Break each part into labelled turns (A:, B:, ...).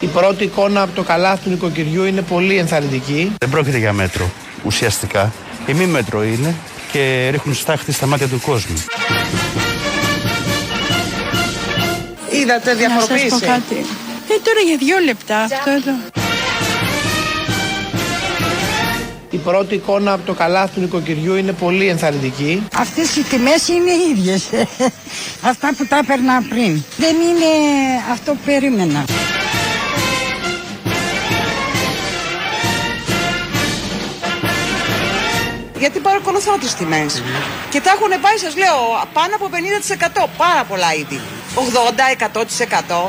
A: Η πρώτη εικόνα από το καλάθι του νοικοκυριού είναι πολύ ενθαρρυντική.
B: Δεν πρόκειται για μέτρο ουσιαστικά. Η μη μέτρο είναι και ρίχνουν στάχτη στα μάτια του κόσμου.
A: Είδατε
C: Να σας πω
A: διαφοροποίηση.
C: κάτι. Ε, τώρα για δύο λεπτά αυτό εδώ.
A: Η πρώτη εικόνα από το καλάθι του νοικοκυριού είναι πολύ ενθαρρυντική.
D: Αυτές οι τιμές είναι οι ίδιες. Αυτά που τα έπαιρνα πριν. Δεν είναι αυτό που περίμενα.
E: Γιατί παρακολουθώ τι τιμέ. Και τα έχουν πάει, σας λέω, πάνω από 50%. Πάρα πολλά ήδη. 80-100%.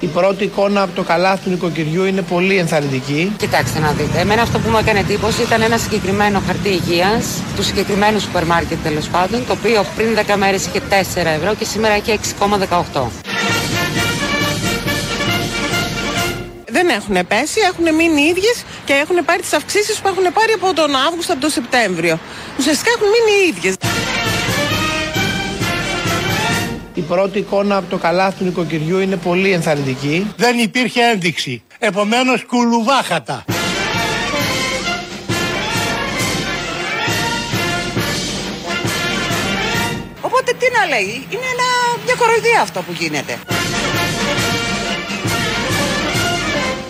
A: Η πρώτη εικόνα από το καλάθι του νοικοκυριού είναι πολύ ενθαρρυντική.
F: Κοιτάξτε να δείτε. Εμένα αυτό που μου έκανε εντύπωση ήταν ένα συγκεκριμένο χαρτί υγείας του συγκεκριμένου σούπερ μάρκετ τέλος πάντων, το οποίο πριν 10 μέρες είχε 4 ευρώ και σήμερα έχει 6,18.
G: Δεν έχουν πέσει, έχουν μείνει οι ίδιες και έχουν πάρει τις αυξήσεις που έχουν πάρει από τον Αύγουστο, από τον Σεπτέμβριο. Ουσιαστικά έχουν μείνει οι ίδιες.
A: Η πρώτη εικόνα από το καλάθι του νοικοκυριού είναι πολύ ενθαρρυντική.
H: Δεν υπήρχε ένδειξη. Επομένως κουλουβάχατα.
E: Οπότε τι να λέει, είναι ένα, μια κοροϊδία αυτό που γίνεται.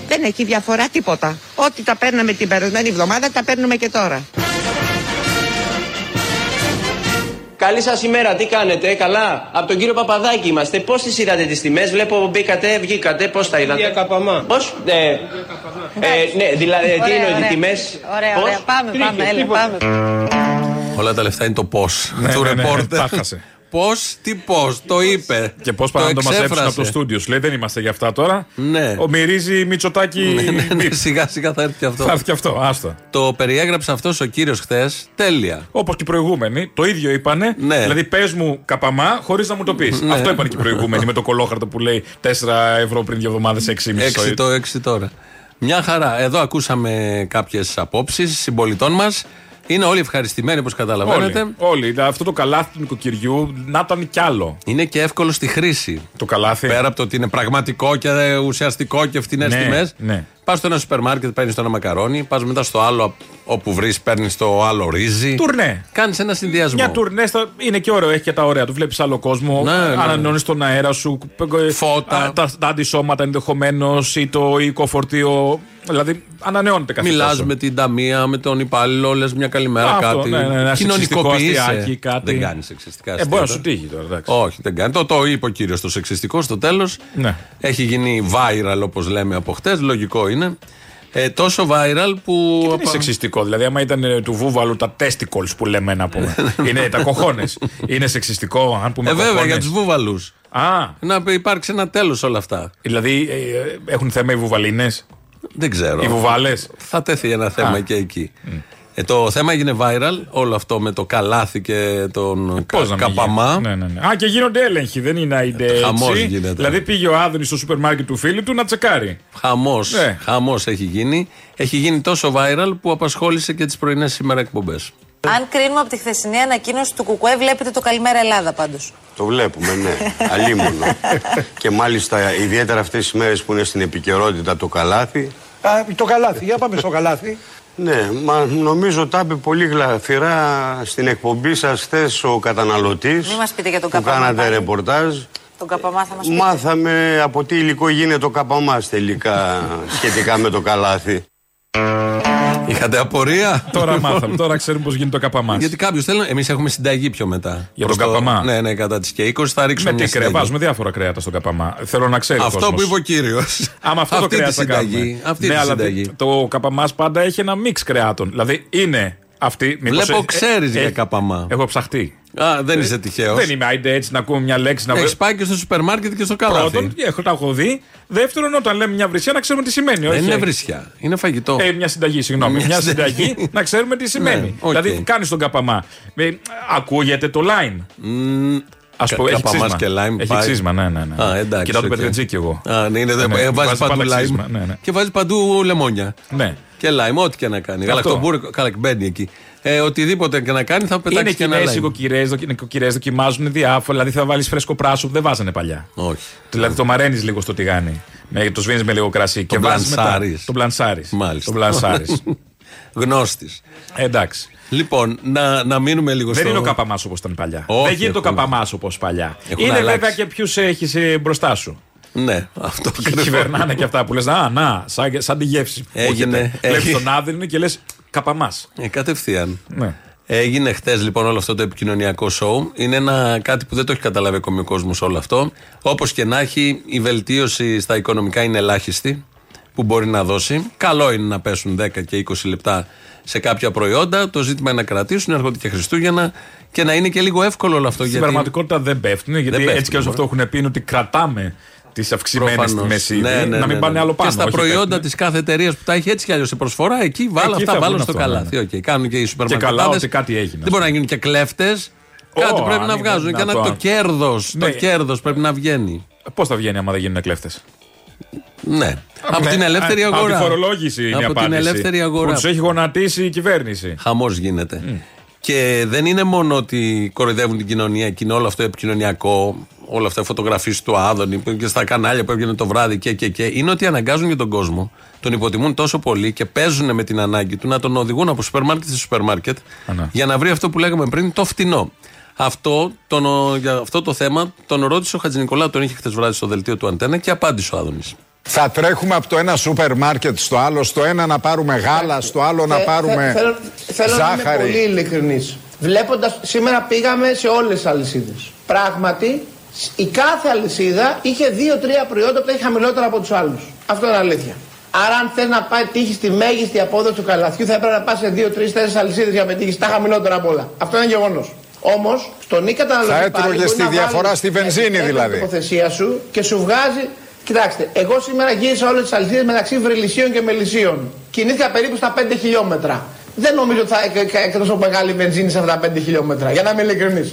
I: Δεν έχει διαφορά τίποτα. Ό,τι τα παίρναμε την περασμένη εβδομάδα, τα παίρνουμε και τώρα.
J: Καλή σας ημέρα, τι κάνετε, καλά. Από τον κύριο Παπαδάκη είμαστε. Πώς τις είδατε τις τιμές, βλέπω μπήκατε, βγήκατε, πώς τα είδατε.
H: Καπαμά.
J: Πώς, ε, ε, ναι, δηλαδή, ε, τι
F: Ωραία,
J: εννοεί
F: ωραία.
J: τι τιμές.
F: Ωραία, ωραία. Πάμε, πάμε, έλα, πάμε.
K: Όλα τα λεφτά είναι το πώς.
L: Ναι,
K: του
L: ναι, ναι,
K: ρεπόρτερ.
L: τα χάσε.
K: Πώς, τι πώς, το είπε.
L: Και πώς πάνε να το μαζέψουν
K: εξέφρασε.
L: από το στούντιο. Σου λέει δεν είμαστε για αυτά τώρα.
K: Ναι.
L: Ο μυρίζει Μητσοτάκη.
K: Ναι, ναι, ναι, σιγά σιγά θα έρθει και αυτό.
L: Θα έρθει και αυτό, άστα.
K: Το περιέγραψε αυτός ο κύριος χθες. Τέλεια.
L: Όπως και οι προηγούμενοι, το ίδιο είπανε.
K: Ναι.
L: Δηλαδή, πες μου καπαμά χωρίς να μου το πεις. Αυτό είπαν και οι προηγούμενοι με το κολόχαρτο που λέει 4 ευρώ πριν δύο εβδομάδες, 6,5
K: Έξι
L: sorry.
K: το έξι τώρα. Μια χαρά. Εδώ ακούσαμε κάποιες απόψεις συμπολιτών μας. Είναι όλοι ευχαριστημένοι, όπως καταλαβαίνετε.
L: Όλοι, όλοι. Αυτό το καλάθι του νοικοκυριού να ήταν κι άλλο.
K: Είναι και εύκολο στη χρήση.
L: Το καλάθι.
K: Πέρα από το ότι είναι πραγματικό και ε, ουσιαστικό και φτηνές
L: Ναι,
K: τιμές.
L: ναι.
K: Πας στο ένα σούπερ μάρκετ, παίρνεις το ένα μακαρόνι. Πας μετά στο άλλο, όπου βρεις, παίρνεις το άλλο ρύζι.
L: Τουρνέ.
K: Κάνεις ένα συνδυασμό.
L: Μια τουρνέ στα- είναι και ωραίο, έχει και τα ωραία του. Βλέπεις άλλο κόσμο,
K: Ναι, ναι.
L: ανανεώνεις τον αέρα σου. ε,
K: Φώτα.
L: α, τα, τα αντισώματα ενδεχομένως ή το οικοφορτίο. Δηλαδή ανανεώνεται καθ'
K: Μιλάς
L: τόσο.
K: με την ταμεία, με τον υπάλληλο, λες μια καλημέρα,
L: Αυτό,
K: κάτι.
L: ναι, ναι, ένα
K: Κοινωνικοποιείσαι.
L: σεξιστικό αστιάκι, κάτι.
K: Δεν κάνεις σεξιστικά
L: Ε,
K: αστεία.
L: μπορεί να σου τύχει τώρα, εντάξει.
K: Όχι, δεν κάνει. Το, το είπε ο κύριος το σεξιστικό στο τέλος.
L: Ναι.
K: Έχει γίνει viral όπως λέμε από χτες. Λογικό είναι. Ε, τόσο viral που.
L: Δεν είναι σεξιστικό. Δηλαδή, άμα ήταν ε, του βούβαλου τα testicles που λέμε να πούμε. είναι τα κοχώνες. είναι σεξιστικό, αν πούμε.
K: Ναι, Ε, βέβαια,
L: κοχώνες.
K: για τους βούβαλους.
L: Α,
K: Να υπάρξει ένα τέλος όλα αυτά.
L: δηλαδή ε, ε, έχουν θέμα οι βουβαλίνες,
K: Δεν ξέρω.
L: οι βουβάλες.
K: Θα τέθει ένα θέμα
L: Α.
K: και εκεί. Ε, το θέμα έγινε viral, όλο αυτό με το καλάθι και τον
L: Πώ
K: κα-
L: Ε, να μην
K: Ε, καπαμά.
L: γίνει. Ναι, ναι, ναι. Α, και γίνονται έλεγχοι. Δεν είναι αϊντε έτσι.
K: χαμός γίνεται.
L: Δηλαδή πήγε ο Άδωνης στο σούπερ μάρκετ του φίλου του να τσεκάρει.
K: Χαμός.
L: Ναι.
K: Χαμός έχει γίνει. Έχει γίνει τόσο viral που απασχόλησε και τις πρωινές σήμερα εκπομπές.
F: Αν κρίνουμε από τη χθεσινή ανακοίνωση του Κουκουέ, βλέπετε το Καλημέρα Ελλάδα πάντως.
B: Το βλέπουμε, ναι. Αλίμονο. και μάλιστα ιδιαίτερα αυτές τις μέρες που είναι στην επικαιρότητα το καλάθι.
H: Α, το καλάθι, για πάμε στο καλάθι.
B: Ναι, μα νομίζω τα είπε πολύ γλαφυρά στην εκπομπή σας χθες ο καταναλωτής.
F: Μη μας πείτε για τον
B: Που
F: Καπαμά
B: κάνατε
F: πάλι.
B: ρεπορτάζ.
F: Τον Καπαμά θα μα πει.
B: Μάθαμε από τι υλικό γίνεται ο καπαμάς τελικά σχετικά με το καλάθι.
K: Είχατε απορία.
L: Τώρα μάθαμε, τώρα ξέρουμε πώς γίνεται το καπαμά.
K: Γιατί κάποιος θέλει. Εμείς έχουμε συνταγή πιο μετά.
L: Για
K: Προς
L: τον καπαμά.
K: Ναι, ναι, κατά τις και 20 θα ρίξουμε
L: Με τι
K: μια
L: κρέα,
K: συνταγή.
L: βάζουμε διάφορα κρέατα στον καπαμά. Θέλω να ξέρει. ο
K: Αυτό
L: κόσμος.
K: που είπε ο κύριος.
L: Άμα αυτό
K: αυτή
L: το κρέα
K: τη
L: θα
K: συνταγή.
L: κάνουμε.
K: Αυτή
L: ναι,
K: τη
L: αλλά
K: συνταγή.
L: Το καπαμά πάντα έχει ένα μίξ κρεάτων. Δηλαδή είναι αυτή. μήπως
K: Βλέπω
L: ε-
K: ξέρεις
L: ε-
K: για
L: ε-
K: καπαμά.
L: Έχω ψαχτεί.
K: Α, δεν είσαι τυχαίος.
L: Δεν είμαι άιντε έτσι να ακούμε μια λέξη να βρω-
K: Έχει πάει και στο σούπερ μάρκετ και στο
L: Πρώτον,
K: καλάθι.
L: έχω, τα έχω δει. Δεύτερον, όταν λέμε μια βρυσιά, να ξέρουμε τι σημαίνει.
K: Δεν
L: όχι.
K: είναι βρισιά. Είναι φαγητό.
L: Ε, μια συνταγή, συγγνώμη.
K: Μια
L: Μια
K: συνταγή.
L: συνταγή να ξέρουμε τι
K: Ναι,
L: σημαίνει.
K: οκ.
L: Δηλαδή, κάνεις τον καπαμά. Ε, ακούγεται το line. Ας
K: κα-
L: πούμε, έχει ξύσμα.
K: καπαμάς και lime
L: Έχει
K: πάει.
L: ξύσμα, ναι, ναι. ναι.
K: Α, εντάξει.
L: Κοιτάω το
K: οκ.
L: πετρετζίκι εγώ.
K: Α, ναι, είναι,
L: Ναι,
K: ε, βάζεις
L: βάζεις
K: παντού
L: πάντα
K: λάιμ
L: ξύσμα, ναι, ναι.
K: και βάζεις παντού λεμόνια.
L: Ναι.
K: Και λάιμ, ό,τι και να κάνει.
L: Αυτό.
K: Γαλακτομπούρικο, καλά, μπαίνει εκεί. Ε, οτιδήποτε και να κάνει θα πετάξει
L: Είναι
K: και ένα
L: κινέζοι
K: λάιμ.
L: οικοκυρέ, νοικοκυρέ δοκιμάζουν διάφορα. Δηλαδή θα βάλεις φρέσκο πράσο που δεν βάζανε παλιά.
K: Όχι.
L: Δηλαδή το μαραίνεις λίγο στο τηγάνι. Με, το σβήνεις με λίγο κρασί.
K: Το
L: βάζεις μετά.
K: μπλανσάρεις.
L: Το μπλανσάρι.
K: Μάλιστα.
L: Το μπλανσάρεις.
K: Γνώστης.
L: Εντάξει.
K: Λοιπόν, να, να μείνουμε λίγο
L: Δεν
K: στο.
L: είναι ο καπαμάς όπως ήταν παλιά.
K: Όχι,
L: δεν γίνεται ο
K: έχουν-
L: καπαμάς όπως παλιά.
K: Έχουν
L: είναι
K: αλλάξει.
L: βέβαια και ποιους έχεις μπροστά σου.
K: Ναι, αυτό
L: Και κυβερνάνε και αυτά που λες. Α, να, σαν, σαν τη γεύση.
K: Έγινε,
L: Βλέπεις
K: έγινε.
L: τον άδεινο και λες καπαμά.
K: Ε, κατευθείαν.
L: Ναι.
K: Έγινε χτες λοιπόν όλο αυτό το επικοινωνιακό σοου. Είναι ένα κάτι που δεν το έχει καταλάβει ακόμη ο κόσμος όλο αυτό. Όπως και να έχει, η βελτίωση στα οικονομικά είναι ελάχιστη που μπορεί να δώσει. Καλό είναι να πέσουν 10 και 20 λεπτά σε κάποια προϊόντα. Το ζήτημα είναι να κρατήσουν, έρχονται και Χριστούγεννα και να είναι και λίγο εύκολο όλο αυτό.
L: Στην πραγματικότητα δεν πέφτουν, γιατί
K: πέφτουνε,
L: έτσι κι αλλιώ
K: μωρέ.
L: αυτό έχουν πει είναι ότι κρατάμε τις αυξημένες
K: Προφανώς. Ναι,
L: τιμέ ήδη. να μην πάνε άλλο πάνω.
K: Και στα
L: όχι
K: προϊόντα
L: πέφτουνε.
K: της κάθε εταιρείας που τα έχει έτσι κι αλλιώς σε προσφορά, εκεί βάλω
L: Εκεί
K: αυτά,
L: θα
K: βάλω
L: βγουν
K: στο
L: αυτά, ναι,
K: καλάθι. Οκ, Κάνουν και οι σούπερ
L: Και καλά
K: μαρκετάδες.
L: ότι κάτι έγινε.
K: Δεν μπορεί να γίνουν και κλέφτες.
L: Ω,
K: Κάτι πρέπει
L: αν
K: να
L: είναι
K: βγάζουν και να
L: δυνατόν.
K: το κέρδος. Το
L: Ναι.
K: κέρδος πρέπει να βγαίνει.
L: Πώς θα βγαίνει άμα δεν γίνουν κλέφτες.
K: Ναι. Από
L: Ναι,
K: την ελεύθερη
L: α, Από
K: αγορά.
L: τη φορολόγηση είναι η
K: Από την
L: απάντηση.
K: ελεύθερη αγορά.
L: Που τους έχει γονατίσει η κυβέρνηση.
K: Χαμός γίνεται. Και δεν είναι μόνο ότι κοροϊδεύουν την κοινωνία και είναι όλο αυτό επικοινωνιακό, όλα αυτά οι φωτογραφίες του Άδωνη που είναι και στα κανάλια που έβγαινε το βράδυ και, και, και. Είναι ότι αναγκάζουν και τον κόσμο, τον υποτιμούν τόσο πολύ και παίζουν με την ανάγκη του να τον οδηγούν από σούπερ μάρκετ σε σούπερ μάρκετ για να βρει αυτό που λέγαμε πριν, το φτηνό. Αυτό, τον, ο- για αυτό το θέμα τον ρώτησε ο Χατζη Νικολάου, τον είχε χθες βράδυ στο δελτίο του Αντένα και απάντησε ο Άδωνης.
M: Θα τρέχουμε από το ένα σούπερ μάρκετ στο άλλο, στο ένα να πάρουμε γάλα, στο άλλο να
A: Θε-
M: πάρουμε
A: Ε, θε- θέλω- Θέλω να είμαι πολύ
M: ζάχαρη.
A: ειλικρινής. Βλέποντας, σήμερα πήγαμε σε όλες τις αλυσίδες. Πράγματι, σ- η κάθε αλυσίδα είχε δύο-τρία προϊόντα που τα είχε χαμηλότερα από τους άλλους. Αυτό είναι αλήθεια. Άρα, αν θες να πάει τύχει τη μέγιστη απόδοση του καλαθιού, θα έπρεπε να πας σε δύο-τρει-τέσσερι αλυσίδες για να πετύχεις τα χαμηλότερα από όλα. Αυτό είναι γεγονός. Όμως, στον ή καταναλωτή.
M: Θα
A: πάλι
M: έτρωγες
A: μπορεί
M: τη
A: να
M: διαφορά
A: βάλεις
M: στη βενζίνη,
A: επιπλέον
M: δηλαδή.
A: τοποθεσία σου και σου βγάζει. Κοιτάξτε, εγώ σήμερα γύρισα όλες τις αλυσίδες μεταξύ Βρυλισίων και Μελισσίων. Κινήθηκα περίπου στα 5 χιλιόμετρα. Δεν νομίζω ότι θα έκα- έκα- έκα τόσο μεγάλη βενζίνη σε αυτά τα 5 χιλιόμετρα. Για να είμαι ειλικρινή.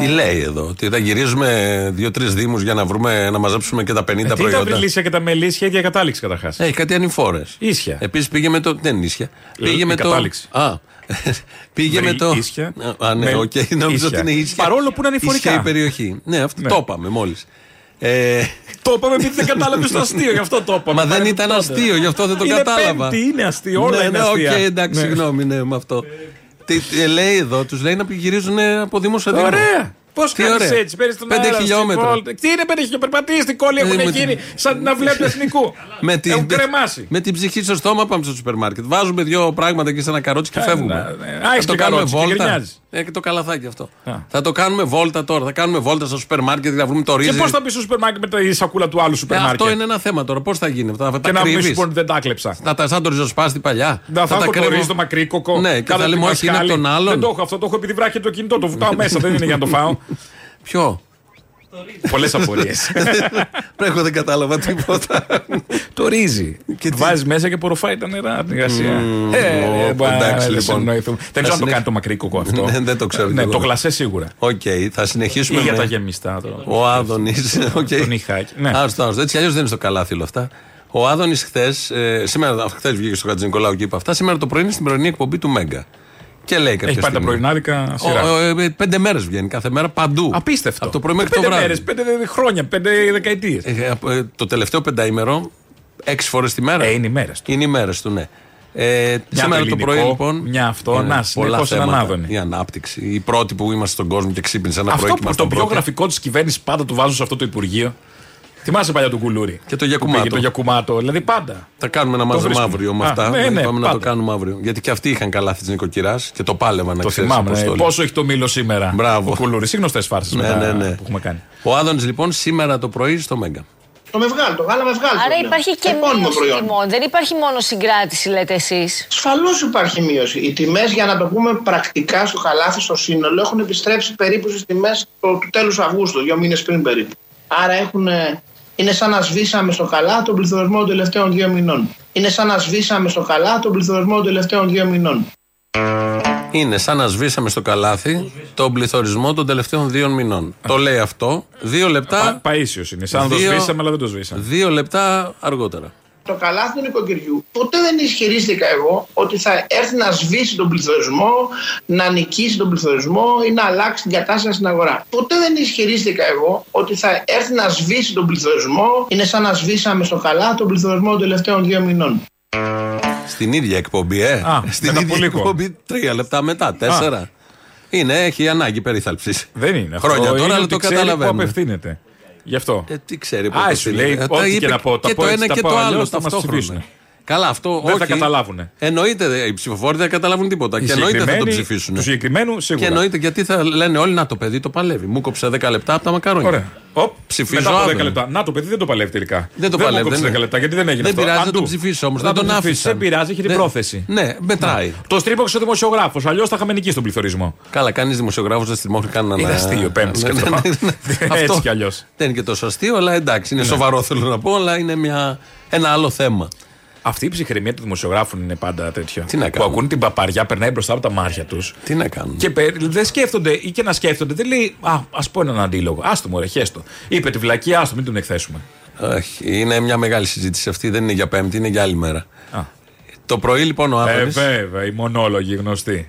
K: Τι λέει εδώ, ότι θα γυρίζουμε δύο-τρει Δήμους για να, βρούμε, να μαζέψουμε και τα 50
L: Ε, Τι τα
K: προϊόντα. Ε,
L: βρυλίσια και τα μελίσια, ίδια κατάληξη καταρχάς.
K: Έχει κάτι ανηφόρες.
L: Ίσια.
K: Επίσης πήγε με το. Δεν είναι ίσια.
L: Ε,
K: Πήγε
L: η
K: με το.
L: κατάληξη.
K: Α. πήγε με το.
L: Ίσια.
K: Α, ναι,
L: Με-
K: οκ. Νομίζω
L: ίσια.
K: ότι είναι ίσια.
L: Παρόλο που είναι ανηφορικά.
K: Ίσια η περιοχή. Ναι, αυτό
L: Ναι.
K: το είπαμε μόλις. Ε...
L: Το είπαμε επειδή δεν κατάλαβες το αστείο, γι' αυτό το είπαμε.
K: Μα δεν ήταν αστείο, γι' αυτό δεν το
L: Είναι
K: κατάλαβα.
L: Πέμπτη, είναι αστείο, όλα
K: ναι,
L: είναι
K: ναι,
L: αστεία.
K: οκ, εντάξει,
L: Ναι.
K: συγγνώμη, ναι, με αυτό. Τι, τι λέει εδώ, τους λέει να γυρίζουν από Δήμο σε Δήμο.
L: Ωραία! Πώς
K: Τι
L: κάνεις
K: ωραία.
L: έτσι, παίρνεις τον
K: Πέντε
L: αέρα. στην
K: χιλιόμετρα.
L: βόλτα. Τι είναι πέντε χιλιόμετρα, περπατήσεις την κόλλη,
K: Ε, με
L: έχουν
K: την-
L: γίνει σαν την αυλή του εθνικού.
K: Με την,
L: Έχουν κρεμάσει.
K: με την ψυχή στο στόμα πάμε στο σούπερ μάρκετ. Βάζουμε δύο πράγματα και σε ένα καρότσι και φεύγουμε.
L: ναι. Α, έχεις και καρότσι και γκρινιάζεις.
K: Ε, και το καλαθάκι αυτό. Θα το κάνουμε βόλτα τώρα. Θα κάνουμε βόλτα στο σούπερ μάρκετ για να βρούμε το ρύζι.
L: Και πώς θα μπει στο σούπερ μάρκετ με τη σακούλα του άλλου
K: Ε,
L: σούπερ μάρκετ.
K: αυτό είναι ένα θέμα τώρα. Πώς θα γίνει αυτά.
L: Και
K: Θα τα
L: να μην
K: κρύβεις.
L: σου πω ότι δεν τα άκλεψα.
K: Θα τα σαν το ριζοσπάστη παλιά.
L: Να θα,
K: τα
L: έχω το
K: κρύβω.
L: ρύζι, το μακρύ κοκό.
K: Ναι, και
L: κάτω
K: θα
L: από
K: λέμε
L: τη
K: όχι είναι από
L: μασχάλη.
K: τον
L: Δεν
K: άλλον.
L: το έχω αυτό, το έχω επειδή βράχει το κινητό, το βουτάω μέσα, δεν είναι για να το φάω.
K: Ποιο.
L: Πολλές απορίες.
K: Πρέπει δεν κατάλαβα τίποτα.
L: το ρύζι. Βάζεις μέσα και ποροφάει τα νερά από την υγρασία.
K: Μμμ,
L: Ε,
K: ω,
L: δεν μπορεί να
K: εντάξει, λοιπόν.
L: συνεννοηθούμε.
K: Θα
L: Δεν ξέρω αν το
K: συνεχ-
L: κάνει το μακρύ κοκό αυτό.
K: Ναι, δεν το ξέρω κι
L: Ναι,
K: εγώ.
L: το γλασέ σίγουρα.
K: Οκ, θα συνεχίσουμε.
L: Ή για
K: με-
L: τα γεμιστά. το-
K: Ο Άδωνης.
L: Τον Ιχάκη. Ναι.
K: Άστο, άστο. Έτσι κι αλλιώς δεν είναι στο καλάθι όλα αυτά. Ο Άδωνης χθες, ε, σήμερα, χθες βγήκε στο Χατζη Νικολάου και είπε αυτά. Σήμερα το πρωί είναι στην πρωινή εκπομπή του Μέγκα. Και λέει κάποια
L: Έχει πάρει τα
K: στιγμή.
L: πρωινάδικα σειρά.
K: Ο- ο- ε, πέντε μέρες βγαίνει κάθε μέρα παντού. Απίστευτο. Από το πρωί μέχρι το
L: Πέντε
K: βράδυ.
L: μέρες, πέντε χρόνια, πέντε δεκαετίες.
K: Ε, από, ε, το τελευταίο πενταήμερο, έξι φορές τη
L: Ε,
K: μέρα. είναι οι μέρες του. Είναι οι μέρες του, ναι. Ε, σήμερα το
L: ελληνικό,
K: πρωί λοιπόν.
L: μια αυτό,
K: είναι
L: να,
K: πολλά
L: συνεχώς έναν
K: θέματα.
L: Άδωνη.
K: Η ανάπτυξη. Η πρώτη που είμαστε στον κόσμο και ξύπνησε ένα
L: Αυτό
K: πρωί. και
L: που το
K: ήμασταν
L: πιο
K: πρώτοι.
L: γραφικό της κυβέρνησης πάντα το βάζουν σε αυτό το Υπουργείο. Θυμάσαι παλιά τον Κουλούρη.
K: Και το
L: Που
K: γιακουμάτο.
L: πήγε Το γιακουμάτο. Δηλαδή πάντα.
K: Θα κάνουμε ένα μάζεμα
L: βρίσκουμε.
K: αύριο με
L: Α,
K: αυτά.
L: ναι,
K: Ναι,
L: ναι,
K: πάμε να
L: πάντα.
K: το κάνουμε αύριο. Γιατί και αυτοί είχαν καλά της νοικοκυράς και το πάλευαν να
L: Το
K: ξέρεις,
L: θυμάμαι. ε,
K: Αποστόλη.
L: Πόσο έχει το μήλο σήμερα.
K: Μπράβο.
L: Ο Κουλούρη. Είναι γνωστές φάρσες
K: Ναι, ναι, ναι.
L: που έχουμε κάνει.
K: Ο Άδωνης λοιπόν σήμερα το πρωί στο Μέγκα.
A: Το με βγάλει, το γάλα με βγάλει.
N: Άρα υπάρχει και μείωση
A: προϊόν.
N: τιμών. Δεν υπάρχει μόνο συγκράτηση, λέτε εσείς.
A: Ασφαλώς υπάρχει μείωση. Οι τιμές, για να το πούμε πρακτικά στο καλάθι, στο σύνολο, έχουν επιστρέψει περίπου στις τιμές του τέλους Αυγούστου, δύο μήνες πριν περίπου. Άρα έχουν, ε, είναι σαν να σβήσαμε στο καλά τον πληθωρισμό των τελευταίων δύο μηνών. Είναι σαν να σβήσαμε στο καλά τον πληθωρισμό των τελευταίων δύο μηνών.
K: Είναι σαν να σβήσαμε στο καλάθι τον πληθωρισμό των τελευταίων δύο μηνών. Το λέει αυτό. Δύο λεπτά.
L: Παίσιο είναι. Σαν να το
K: Δύο-
L: σβήσαμε, αλλά δεν το σβήσαμε.
K: Δύο λεπτά αργότερα.
A: το καλάθι του νοικοκυριού. Ποτέ δεν ισχυρίστηκα εγώ ότι θα έρθει να σβήσει τον πληθωρισμό, να νικήσει τον πληθωρισμό ή να αλλάξει την κατάσταση στην αγορά. Ποτέ δεν ισχυρίστηκα εγώ ότι θα έρθει να σβήσει τον πληθωρισμό. Είναι σαν να σβήσαμε στο καλάθι τον πληθωρισμό των τελευταίων δύο μηνών.
K: Στην ίδια εκπομπή, ε. Στην ίδια εκπομπή, τρία λεπτά μετά, τέσσερα.
L: Α.
K: Είναι, έχει ανάγκη περίθαλψης.
L: Δεν είναι. αυτό.
K: Χρόνια
L: Είναι
K: τώρα, αλλά
L: ότι
K: το
L: ξέρει Πού
K: καταλαβαίνουμε.
L: απευθύνεται. Γι' αυτό.
K: Ε, τι ξέρει, πού
L: Α, σου
K: απευθύνεται.
L: λέει,
K: Ε, τα
L: ό,τι και
K: είπε
L: να πω. τα
K: και
L: πω
K: το
L: έτσι, τα
K: ένα και
L: πω
K: το
L: αλλιώς,
K: άλλο
L: θα μας
K: ταυτόχρονα.
L: ψηφίσουνε.
K: Καλά, αυτό
L: Δεν
K: όχι.
L: θα καταλάβουνε.
K: Εννοείται δε, οι ψηφοφόροι δεν καταλάβουν τίποτα.
L: Οι
K: και εννοείται θα το
L: συγκεκριμένοι,
K: ψηφίσουν.
L: τους συγκεκριμένους, σίγουρα.
K: Και εννοείται γιατί θα λένε όλοι να το παιδί το παλεύει. Μου κόψε 10 λεπτά από τα μακαρόνια.
L: Ωραία. Οπ,
K: Ψηφίζω
L: μετά από 10
K: άδεια.
L: λεπτά. Να το παιδί δεν το παλεύει τελικά.
K: Δεν το
L: μου
K: παλεύει,
L: κόψε
K: δεν
L: 10
K: είναι.
L: λεπτά γιατί δεν έγινε
K: Δεν
L: αυτό.
K: πειράζει, θα
L: Αντού.
K: το ψηφίσω όμως,
L: Θα
K: δεν
L: το
K: τον
L: ψηφίσω.
K: άφησαν.
L: Δεν πειράζει, έχει την
K: Ναι.
L: πρόθεση.
K: Ναι, μετράει.
L: Το στρίπωξε ο δημοσιογράφος. Αλλιώς θα είχαμε νικήσει τον πληθωρισμό.
K: Καλά, κάνει δημοσιογράφος, δεν στριμώχνει κανέναν.
L: Είναι αστείο, πέμπτη
K: Ναι,
L: και
K: ναι,
L: αυτό.
K: ναι, ναι.
L: Έτσι
K: Αυτό
L: κι Ναι. αλλιώς.
K: Δεν είναι και τόσο αστείο, αλλά εντάξει, είναι σοβαρό θέλω να πω, αλλά είναι μια, ένα άλλο θέμα.
L: Αυτή η ψυχραιμία των δημοσιογράφων είναι πάντα τέτοια.
K: Τι να
L: Που
K: κάνουν.
L: ακούν την παπαριά, περνάει μπροστά από τα μάτια τους.
K: Τι να κάνουν.
L: Και πε- δεν σκέφτονται ή και να σκέφτονται. Δεν λέει, Α, ας πω έναν αντίλογο. Άστο μου, ρε, χέστο. Είπε τη βλακή, άστο, μην τον εκθέσουμε.
K: Όχι, είναι μια μεγάλη συζήτηση αυτή. Δεν είναι για Πέμπτη, είναι για άλλη μέρα. Το πρωί λοιπόν ο
L: Ε,
K: Άδωνης
L: βέβαια, οι μονόλογοι γνωστοί.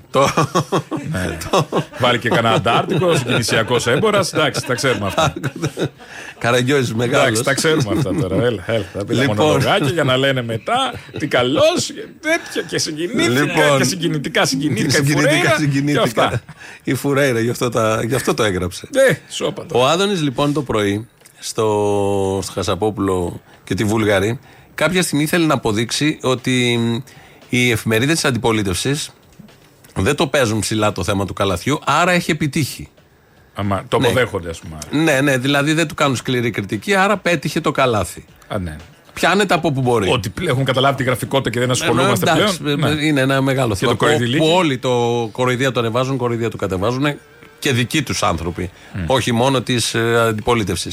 L: Ναι.
K: Το...
L: Βάλει και κανένα αντάρτικο, κινησιακό έμπορας. Εντάξει, τα ξέρουμε αυτά.
K: Καραγκιόζης μεγάλο.
L: Εντάξει, τα ξέρουμε αυτά τώρα. Έλα, έλα. Θα πει τα
K: Λοιπόν.
L: μονολογάκια για να λένε μετά τι καλός, τέτοια και συγκινήθηκα
K: Λοιπόν.
L: και συγκινητικά συγκινήθηκα. η Φουρέιρα και αυτά.
K: συγκινήθηκα, συγκινήθηκα. Η Φουρέιρα, γι' αυτό, τα... γι' αυτό το έγραψε.
L: Ε, σώπα.
K: Ο Άδωνης λοιπόν το πρωί στο, στο Χασαπόπουλο και τη Βούλγαρη κάποια στιγμή ήθελε να αποδείξει ότι μ, οι εφημερίδες της αντιπολίτευσης δεν το παίζουν ψηλά το θέμα του καλαθιού, άρα έχει επιτύχει.
L: Αμα, το
K: Ναι.
L: αποδέχονται, ας πούμε.
K: Ναι, ναι, δηλαδή δεν του κάνουν σκληρή κριτική, άρα πέτυχε το καλάθι.
L: Α, ναι.
K: Πιάνεται από που μπορεί.
L: Ότι πλέ- έχουν καταλάβει τη γραφικότητα και δεν ασχολούμαστε
K: Ενώ, Ε, εντάξει,
L: πλέον.
K: ε,
L: Ναι.
K: Είναι ένα μεγάλο
L: Και
K: θέμα.
L: το
K: που-
L: κοροϊδιλίκι.
K: που όλοι το κοροϊδία το ανεβάζουν, κοροϊδία το κατεβάζουν και δικοί τους άνθρωποι.
L: Mm.
K: Όχι μόνο της αντιπολίτευση.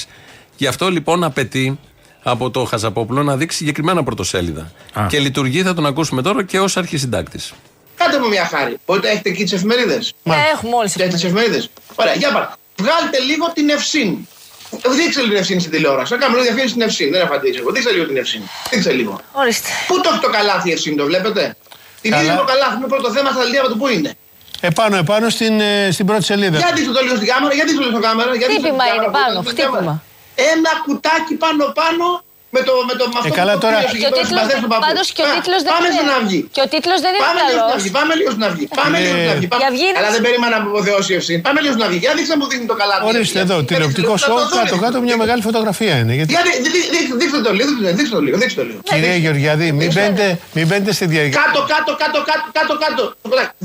K: Γι' αυτό λοιπόν απαιτεί από το Χασαπόπουλο να δείξει συγκεκριμένα πρωτοσέλιδα. Και λειτουργεί, θα τον ακούσουμε τώρα και ως αρχισυντάκτης.
A: Κάντε μου μια χάρη. Μπορείτε έχετε εκεί τις εφημερίδες.
N: Ναι, έχουμε όλες
A: Για τις εφημερίδες. Ωραία, για πάρα. Βγάλτε λίγο την ευσύν. Δείξτε λίγο την ευσύν στην τηλεόραση. Να κάνουμε λίγο διαφήμιση στην ευσύν. Δεν απαντήσω εγώ. Δείξτε λίγο την ευσύν. Δείξτε λίγο.
N: Ορίστε.
A: Πού το έχει το καλάθι η ευσύν, το βλέπετε. Την
O: Καλά.
A: ίδια το καλάθι
J: Ναι.
A: με πρώτο θέμα στα λιλία του που είναι.
O: Επάνω, επάνω στην, ε, στην πρώτη σελίδα.
A: Για δείξτε το λίγο στην κάμερα, για δείξτε το λίγο στην κάμερα. για δείξτε το
N: Χτύπημα
A: στην
N: είναι
A: κάμερα,
N: πάνω,
A: δείξτε στην κάμερα.
N: χτύπημα.
A: Ένα κουτάκι πάνω-πάνω με το, με
J: Ε,
A: το, με αυτό
O: καλά,
A: που το
O: τώρα-
A: πήρες ο
N: Και ο
A: συγκεκριμένος
N: τίτλος,
A: συμπαθέας του παππού.
N: πάντως και ο
A: Πά-
N: τίτλος δεν
A: Πάμε
N: είναι...
A: στην Αυγή.
N: Και ο τίτλος δεν είναι
A: Πάμε λίγο στην
N: καλός.
A: αυγή, πάμε λίγο στην αυγή. Πάμε λίγο στην αυγή. πάμε-
N: Η αυγή είναι-
A: Αλλά δεν περίμενα να αποδεώσει η ευσύνη. Πάμε λίγο στην αυγή. Για δείξτε μου δείχνει το καλάθι.
O: Ορίστε εδώ, τηλεοπτικό
A: Θα το
O: σοου,
A: δω, ρε.
O: κάτω-κάτω μια μεγάλη φωτογραφία είναι. Γιατί...
A: Για δει- δει- δει- δείξτε το λίγο, δείξτε το λίγο, δείξτε το λίγο, δείξτε το λίγο.
O: Κυρία Γεωργιάδη, μην μπαίνετε, μην μπαίνετε στη διαδικασία.
A: Κάτω, κάτω, κάτω, κάτω, κάτω, κάτω.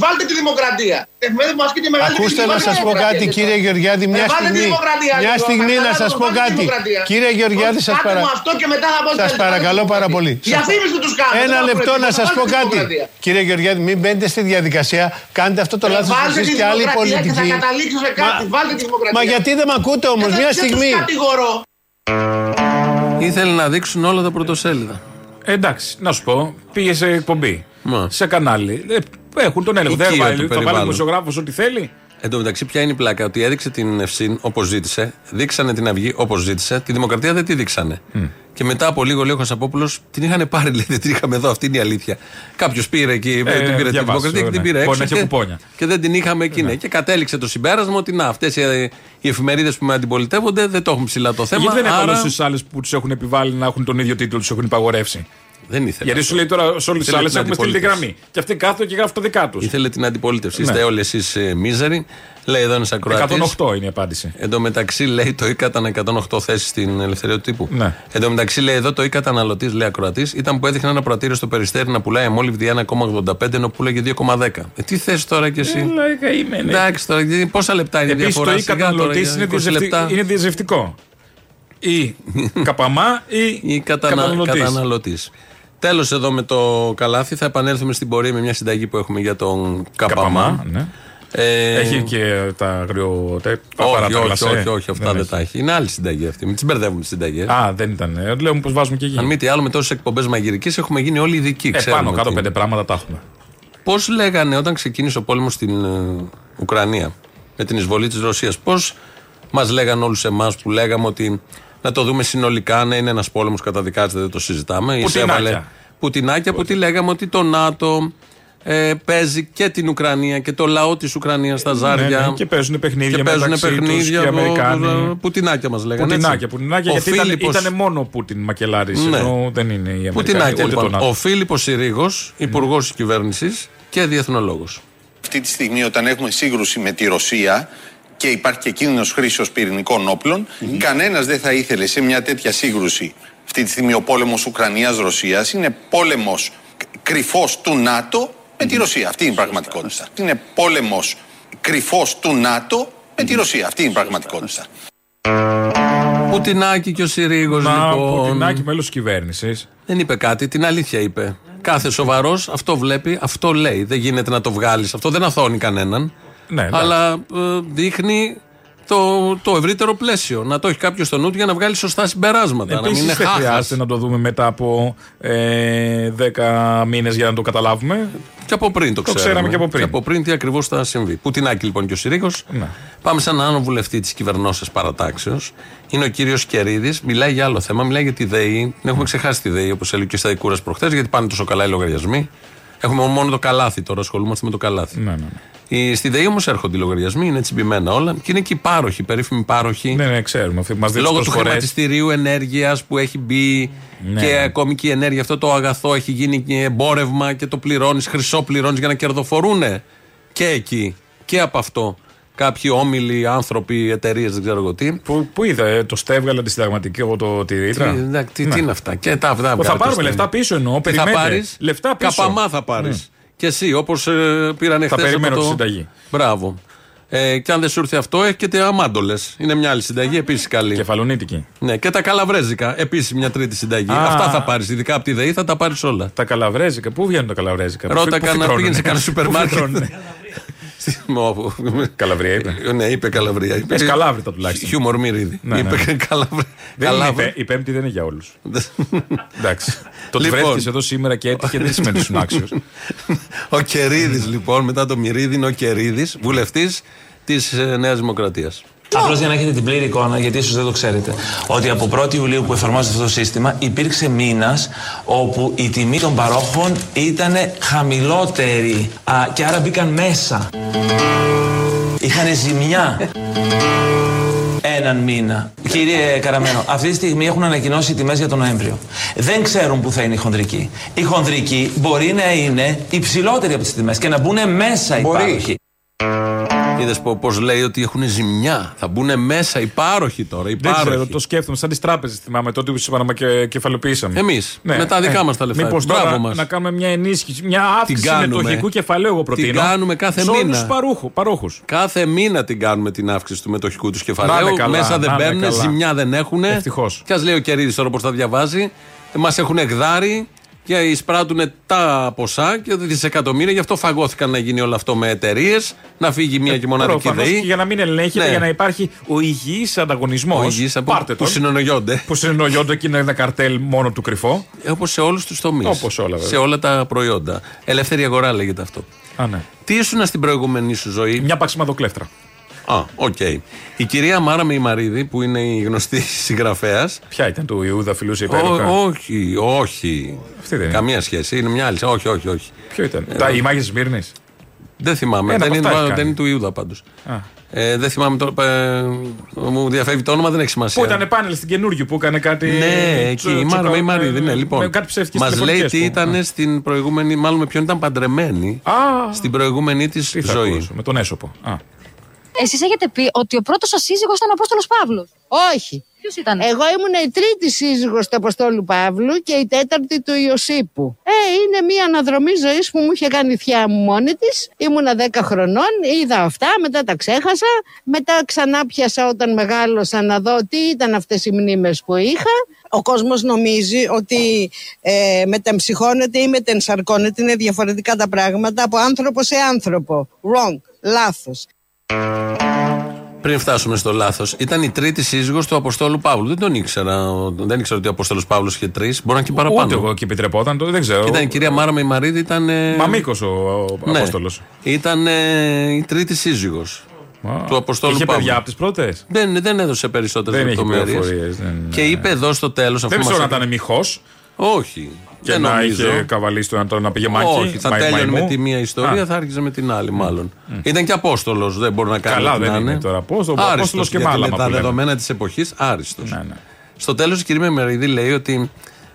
A: Βάλτε τη δημοκρατία. Εφημερίδα που ασκεί τη μεγάλη
O: Ακούστε
A: κριτική,
O: να
A: βάλτε
O: σας
A: τη
O: πω
A: δημοκρατία,
O: κάτι,
A: δείξτε.
O: κύριε Γεωργιάδη,
A: Ε,
O: μια
A: βάλτε τη
O: στιγμή.
A: δημοκρατία,
O: Μια
A: λίγο.
O: στιγμή
A: Καλά,
O: να σας
A: βάλτε
O: πω
A: τη
O: κάτι.
A: δημοκρατία.
O: Κύριε Γεωργιάδη, σας
A: Κάντε μου
O: παρα-
A: αυτό και μετά θα πω
O: Σας παρακαλώ πάρα πολύ.
A: Διαφήμιση τους κάνω.
O: Ένα λεπτό να σας πω κάτι.
A: Δημοκρατία.
O: Κύριε Γεωργιάδη, μην μπαίνετε στη διαδικασία. Κάντε αυτό το
A: Ε,
O: λάθος που
A: βάλτε
O: εσείς
A: τη
O: και άλλοι
A: δημοκρατία και θα
O: πολιτικοί.
A: καταλήξω σε κάτι.
O: Μα-
A: Βάλτε τη δημοκρατία. Ε,
O: Μα γιατί δεν με ακούτε όμως, μια στιγμή.
A: Δεν τους κατηγορώ.
K: Ήθελε να δείξουν όλα τα πρωτοσέλιδα.
L: Εντάξει, να σου πω, πήγε σε εκπομπή. Σε κανάλι. Ε, Έχουν τον έλεγχο.
K: Οικείο
L: Δεν
K: του
L: βάλει, θα βάλει
K: περιβάλλον.
L: δημοσιογράφος ό,τι θέλει.
K: Εν τω μεταξύ, ποια είναι η πλάκα, ότι έδειξε την Ευσύν όπως ζήτησε, δείξανε την Αυγή όπως ζήτησε, τη Δημοκρατία δεν τη δείξανε. Και μετά από λίγο λέει ο Χασαπόπουλος, την είχαν πάρει, λέει, δεν την είχαμε εδώ, αυτή είναι η αλήθεια. Κάποιος πήρε εκεί,
L: Ε,
K: την πήρε τη
L: διαβάζω,
K: Δημοκρατία και την
L: ναι.
K: πήρε
L: Μπορεί
K: έξω.
L: να έχει κουπόνια.
K: και δεν την είχαμε εκεί. ναι. Και κατέληξε το συμπέρασμα ότι να, αυτές οι, οι εφημερίδες που με αντιπολιτεύονται δεν το έχουν ψηλά το θέμα.
L: Γιατί δεν
K: άρα...
L: έβαλε στι άλλες που τους έχουν επιβάλει να έχουν τον ίδιο τίτλο, τους έχουν υπαγορεύσει.
K: Δεν ήθελε.
L: Γιατί
K: αυτό.
L: σου λέει τώρα σε όλες τις
K: Ε, Ήθελε
L: άλλες
K: την
L: έχουμε στείλει τη
K: αντιπολίτευση.
L: γραμμή. Και αυτοί κάθονται και γράφουν τα δικά τους.
K: Ήθελε την αντιπολίτευση.
L: Ναι.
K: Είστε όλοι εσείς μίζεροι. Λέει εδώ ένα ακροατή.
L: 108 είναι η απάντηση.
K: Εν τω μεταξύ λέει το ΙΚΑ ήταν 108 θέσεις στην ελευθερία του τύπου.
L: Ναι.
K: Εν τω μεταξύ λέει εδώ το ΙΚΑ καταναλωτής, λέει ακροατής, ήταν που έδειχνε ένα πρατήριο στο περιστέρι να πουλάει αμόλυβδη 1,85 ενώ πουλάγε 2,10. Ε, τι θες τώρα κι εσύ.
L: Λαϊκά είμαι, ναι.
K: Εντάξει τώρα, γιατί πόσα λεπτά είναι η
L: Επίσης το
K: διαφορά.
L: ή
K: σιγά
L: καταναλωτή
K: τώρα,
L: είναι,
K: 20
L: διαζευτη-
K: λεπτά.
L: είναι διαζευτικό. Ή καπαμά ή,
K: ή κατανα...
L: καταναλωτής.
K: καταναλωτής. Τέλος εδώ με το καλάθι, θα επανέλθουμε στην πορεία με μια συνταγή που έχουμε για τον Καπαμά.
L: Καπαμά, ναι.
K: Ε,
L: Έχει και τα αγριό. Τα
K: όχι,
L: παραταγλασέ.
K: όχι, όχι, όχι, αυτά
L: Δεν
K: δεν,
L: έχει.
K: τα έχει. Είναι άλλη συνταγή αυτή. Μην τις μπερδεύουμε τις συνταγές.
L: Α, δεν ήταν. Ε, Λέω πω βάζουμε και εκεί.
K: Αν μη τι άλλο, με τόσες εκπομπές μαγειρικής έχουμε γίνει όλοι ειδικοί.
L: Ε, πάνω κάτω
K: πέντε
L: πέντε πράγματα τα έχουμε.
K: Πώς λέγανε όταν ξεκίνησε ο πόλεμος στην ε, Ουκρανία με την εισβολή της Ρωσίας, πώς μας λέγανε όλους εμάς που λέγαμε ότι να το δούμε συνολικά, να είναι ένας πόλεμος καταδικάζεται, δεν το συζητάμε.
L: Πουτινάκια.
K: Εισέβαλε Πουτινάκια που τη λέγαμε ότι το ΝΑΤΟ ε, παίζει και την Ουκρανία και το λαό της Ουκρανίας στα ζάρια.
L: ναι, και παίζουν παιχνίδια
K: Και παίζουν
L: μεταξύ τους
K: παιχνίδια.
L: και
K: εδώ,
L: Αμερικάνοι.
K: Πουτινάκια μας λέγανε.
L: Πουτινάκια,
K: Ε, έτσι.
L: πουτινάκια
K: Ο
L: γιατί ήταν,
K: Φίλιππος-
L: ήτανε μόνο ο Πούτιν μακελάρης,
K: Ναι.
L: ενώ δεν είναι η Αμερικανία,
K: Πουτινάκια
L: ούτε το
K: λοιπόν.
L: ΝΑΤΟ.
K: Ο Φίλιππος Συρίγος, υπουργός της κυβέρνησης και διεθνολόγος.
P: Αυτή τη στιγμή, όταν έχουμε σύγκρουση με τη Ρωσία και υπάρχει και κίνδυνος χρήσεως πυρηνικών όπλων, κανένας δεν θα ήθελε σε μια τέτοια σύγκρουση. Αυτή τη στιγμή, ο πόλεμος Ουκρανία-Ρωσία είναι πόλεμος κρυφός του ΝΑΤΟ με τη Ρωσία. Αυτή είναι η πραγματικότητα. Είναι πόλεμος κρυφός του ΝΑΤΟ με τη Ρωσία. Αυτή είναι η πραγματικότητα.
K: Πουτινάκι και ο Συρίγος
L: Να,
K: λοιπόν.
L: Πουτινάκι, μέλος της κυβέρνησης.
K: Δεν είπε κάτι, την αλήθεια είπε. Κάθε σοβαρός αυτό βλέπει, αυτό λέει. Δεν γίνεται να το βγάλεις. Αυτό δεν αθώνει κανέναν.
L: Ναι, ναι.
K: αλλά ε, δείχνει το, το ευρύτερο πλαίσιο. Να το έχει κάποιος στο νου του για να βγάλει σωστά συμπεράσματα. Ναι, να
L: Επίσης,
K: μην είναι
L: δεν
K: χάχας.
L: χρειάζεται να το δούμε μετά από ε, 10 μήνες για να το καταλάβουμε.
K: Και από πριν το,
L: Το
K: ξέραμε.
L: ξέραμε και από πριν. Ναι.
K: Και από πριν τι ακριβώς θα συμβεί. Πουτινάκη λοιπόν και ο Συρίγος. Πάμε σε έναν άλλο βουλευτή της κυβερνώσα παρατάξεως. Είναι ο κύριος Κερίδης. Μιλάει για άλλο θέμα. Μιλάει για τη ΔΕΗ. Την
L: Ναι.
K: έχουμε ξεχάσει τη ΔΕΗ, όπως έλεγε και στα Δικούρα προχθές, γιατί πάνε τόσο καλά οι λογαριασμοί. Έχουμε μόνο το καλάθι τώρα, ασχολούμαστε με το καλάθι.
L: Ναι, ναι, ναι.
K: Η- Στη ΔΕΗ όμως έρχονται οι λογαριασμοί, είναι τσιμπημένα όλα. Και είναι και οι πάροχοι, οι περίφημοι πάροχοι.
L: Ναι, ναι, ξέρουμε. Αυτοί που μας δείχνουν
K: Λόγω του
L: τόσες φορές.
K: χρηματιστηρίου ενέργειας που έχει μπει
L: Ναι.
K: και ακόμη και η ενέργεια, αυτό το αγαθό έχει γίνει και εμπόρευμα και το πληρώνεις, χρυσό πληρώνεις για να κερδοφορούν και εκεί και από αυτό. Κάποιοι όμιλοι, άνθρωποι, εταιρείες, δεν ξέρω εγώ τι.
L: Που, που είδα, ε, το στέβγαλα τη συνταγματική εγώ το τη ρήτρα.
K: Τι- εντάξει, ναι, τι- τι είναι αυτά, και τα- τα
L: Που
K: βγάλε
L: Ναι. Θα
K: το
L: πάρουμε
K: στέλνει.
L: λεφτά πίσω εννοώ.
K: Τι θα
L: περιμένετε.
K: πάρεις,
L: Λεφτά πίσω.
K: Καπαμά θα πάρεις.
L: Ναι.
K: Και εσύ, όπως ε, πήραν χθε.
L: περιμένω τη συνταγή.
K: Μπράβο. Ε, και αν δεν σου ήρθε αυτό, έχετε αμάντολες. Είναι μια άλλη συνταγή επίση καλή.
L: Κεφαλονίτικη.
K: Ναι, και τα καλαβρέζικα. Επίσης μια τρίτη συνταγή.
L: Α.
K: Αυτά θα πάρεις, ειδικά από τη ΔΕΗ θα τα πάρεις όλα.
L: Τα καλαβρέζικα, πού βγαίνουν τα καλαβρέζικα. Πού
K: Ρώτα
L: φυ- πού
K: κανένα,
L: φυτρώνουν,
K: πήγαινε σε
L: ναι.
K: κανένα σούπερ
L: Πού
K: μάρκετ.
L: φυτρώνουν, ναι. Καλαβρία είπε.
K: Ναι, είπε Καλαβρία. Είπε
L: Πες Καλάβρητα τουλάχιστον.
K: Χιούμορ μυρίδι.
L: Ναι, ναι.
K: Είπε Καλαβρία.
L: Δεν είναι η πέ- η πέμπτη δεν είναι για όλους. Εντάξει. Το ότι
K: Λοιπόν.
L: βρέθηκε εδώ σήμερα και έτυχε δεν σημαίνει ότι ήσουν άξιος.
K: Ο Κερίδης, λοιπόν, μετά το Μυρίδι, είναι ο Κερίδης, βουλευτής της Νέας Δημοκρατίας.
Q: Απλώς για να έχετε την πλήρη εικόνα, γιατί ίσως δεν το ξέρετε, ότι από 1η Ιουλίου που εφαρμόζεται αυτό το σύστημα, υπήρξε μήνας όπου η τιμή των παρόχων ήταν χαμηλότερη. Α, και άρα μπήκαν μέσα. Είχαν ζημιά. Έναν μήνα. Κύριε Καραμένο, αυτή τη στιγμή έχουν ανακοινώσει οι τιμές για τον Νοέμβριο. Δεν ξέρουν πού θα είναι η χονδρική. Η χονδρική μπορεί να είναι υψηλότερη από τις τιμές και να μπουν μέσα οι πάροχοι.
K: Είδε πώς λέει ότι έχουν ζημιά. Θα μπουν μέσα οι πάροχοι τώρα. Οι
L: Δεν ξέρω,
K: πάροχοι.
L: το σκέφτομαι. Σαν τις τράπεζες θυμάμαι τότε που σα κεφαλοποιήσαμε.
K: Εμεί. Με τα δικά μας τα λεφτά.
L: Μήπως
K: Μπράβο
L: Ναι, τώρα
K: μας.
L: να κάνουμε μια ενίσχυση, μια αύξηση
K: κάνουμε.
L: μετοχικού κεφαλαίου, εγώ προτείνω.
K: Την κάνουμε κάθε
L: σε
K: μήνα.
L: τους παρόχου.
K: Κάθε μήνα την κάνουμε την αύξηση του μετοχικού του κεφαλαίου.
L: Να είναι καλά,
K: Μέσα δεν
L: να είναι
K: παίρνουν,
L: καλά.
K: ζημιά δεν έχουν. Ευτυχώς. Και ας λέει ο Κερίδης τώρα πώς τα διαβάζει. Μας έχουν εκδάρει και εισπράττουν τα ποσά και δισεκατομμύρια. Γι' αυτό φαγώθηκαν να γίνει όλο αυτό με εταιρείες. Να φύγει μία και μοναδική
L: Ε, Προφανώς
K: ΔΕΗ.
L: και για να μην ελέγχεται,
K: Ναι.
L: για να υπάρχει ο υγιής ανταγωνισμός.
K: Ο υγιής απο-
L: Πάρτε
K: που
L: τον.
K: συνεννοιώνται.
L: Που συνεννοιόνται και είναι ένα καρτέλ μόνο του κρυφό.
K: Όπως σε όλους τους τομείς.
L: Όπως όλα, βέβαια.
K: Σε όλα τα προϊόντα. Ελεύθερη αγορά λέγεται αυτό.
L: Α, ναι.
K: Τι ήσουν στην προηγούμενη σου ζωή.
L: Μια παξιμαδοκλέφτρα.
K: Α, οκ. Η κυρία Μάρα Μημαρίδη, που είναι η γνωστή συγγραφέας.
L: Ποια ήταν του Ιούδα, φιλούσε υπέροχα.
K: όχι, όχι.
L: Αυτή δεν είναι.
K: Καμία σχέση. Είναι μια άλλη. Όχι, όχι, όχι.
L: Ποιο ήταν. Τα, οι μάγε Μύρνη.
K: Δεν θυμάμαι.
L: Ένα από
K: Δεν είναι,
L: αυτά έχει
K: δεν
L: κάνει.
K: είναι του Ιούδα πάντως. Ε, δεν θυμάμαι τώρα. ε, μου διαφεύγει το όνομα, δεν έχει σημασία.
L: Που ήταν πάνελ στην καινούργιο που έκανε κάτι.
K: Ναι,
L: ε,
K: εκεί. Η Μάρα με η Μαρίδη. Ναι,
L: Με
K: λοιπόν.
L: κάτι ψεύτικες
K: Μας λέει τι ήταν στην προηγούμενη, μάλλον με ποιον ήταν παντρεμένη. Στην προηγούμενη της ζωή.
L: Με τον έσωπο.
R: Εσείς έχετε πει ότι ο πρώτος σας σύζυγος ήταν ο Απόστολος Παύλος.
S: Όχι.
R: Ποιος ήταν.
S: Εγώ ήμουν η τρίτη σύζυγος του Αποστόλου Παύλου και η τέταρτη του Ιωσήπου. Ε, είναι μια αναδρομή ζωής που μου είχε κάνει η θεία μου μόνη της. Ήμουνα 10 χρονών, είδα αυτά, μετά τα ξέχασα. Μετά ξανά πιασα όταν μεγάλωσα να δω τι ήταν αυτές οι μνήμες που είχα.
I: Ο κόσμος νομίζει ότι ε, μεταμψυχώνεται ή μετενσαρκώνεται. Είναι διαφορετικά τα πράγματα από άνθρωπος σε άνθρωπο. Wrong. Λάθος.
K: Πριν φτάσουμε στο λάθος, ήταν η τρίτη σύζυγος του Αποστόλου Παύλου. Δεν τον ήξερα. Δεν ήξερα ότι ο Αποστόλος Παύλος είχε τρεις. Μπορεί να είναι και παραπάνω.
L: Ούτε εγώ και επιτρεπόταν, το- δεν ξέρω.
K: Ήταν η κυρία Μάρα Μημαρίδη, ήταν. ε,
L: Μαμίκος ο, ο
K: ναι.
L: Απόστολο.
K: Ήταν ε, η τρίτη σύζυγος. του Αποστόλου
L: Είχε
K: Παύλου.
L: παιδιά από τις πρώτες.
K: Δεν, δεν έδωσε περισσότερες
L: Δεν είχε
K: λεπτομέρειες.
L: πληροφορίες, δεν-
K: Και είπε εδώ στο τέλος.
L: Δεν ξέρω να ήταν μυχό.
K: Όχι.
L: Και
K: δεν
L: να
K: νομίζω.
L: είχε καβαλήσει τον Αντώνη να πήγε μάκι.
K: Όχι, θα
L: μαϊ-
K: τέλειωνε
L: μαϊμού.
K: με τη μία ιστορία,
L: Α.
K: θα άρχιζε με την άλλη μάλλον. Ήταν και Απόστολος, δεν μπορεί να κάνει.
L: Καλά,
K: ό,τι
L: δεν
K: να
L: είναι τώρα Απόστολος,
K: Άριστος,
L: Απόστολος και
K: γιατί
L: μάλαμα
K: Με τα
L: που λέμε. Ναι,
K: δεδομένα της εποχής, άριστος. Στο τέλος, η κυρία Μερίδη λέει ότι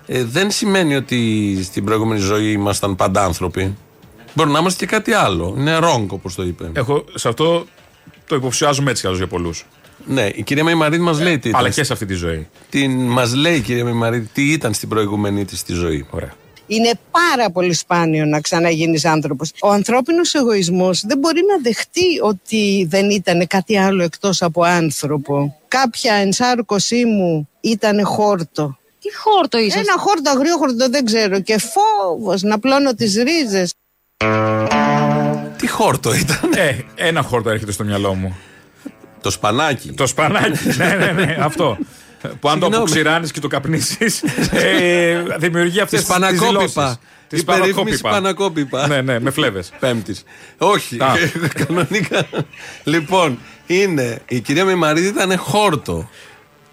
K: ε, δεν σημαίνει ότι στην προηγούμενη ζωή ήμασταν πάντα άνθρωποι. Μπορεί να είμαστε και κάτι άλλο. Είναι wrong, όπως το είπε.
L: Έχω, σε αυτό το υποψιάζουμε έτσι κι αλλιώς για πολλούς.
K: Ναι, η κυρία Μημαρίδη μα λέει τι ήταν.
L: αλλά και σε αυτή τη ζωή.
K: Μας λέει η κυρία Μημαρίδη τι ήταν στην προηγούμενη της τη ζωή.
L: Ωραία.
I: Είναι πάρα πολύ σπάνιο να ξαναγίνεις άνθρωπος. Ο ανθρώπινος εγωισμός δεν μπορεί να δεχτεί ότι δεν ήταν κάτι άλλο εκτός από άνθρωπο. Κάποια ενσάρκωσή μου ήταν χόρτο.
R: Τι χόρτο είσαι.
I: Ένα χόρτο, αγριό χόρτο, δεν ξέρω. Και φόβος να πλώνω τις ρίζες.
K: Τι χόρτο ήταν.
L: Ε, ένα χόρτο έρχεται στο μυαλό μου.
K: Το σπανάκι.
L: Το σπανάκι, ναι, ναι, ναι, αυτό. Που αν το
K: Συγγνώμη.
L: αποξηράνεις και το καπνίσει, ε, δημιουργεί αυτές
K: Τη
L: τις
K: Πανακόπιπα.
L: Τη
K: Τη περίφημη Πανακόπιπα.
L: Ναι, ναι, με φλέβες.
K: Πέμπτης. Όχι,
L: Α.
K: κανονικά. λοιπόν, είναι. Η κυρία Μημαρίδη ήταν χόρτο.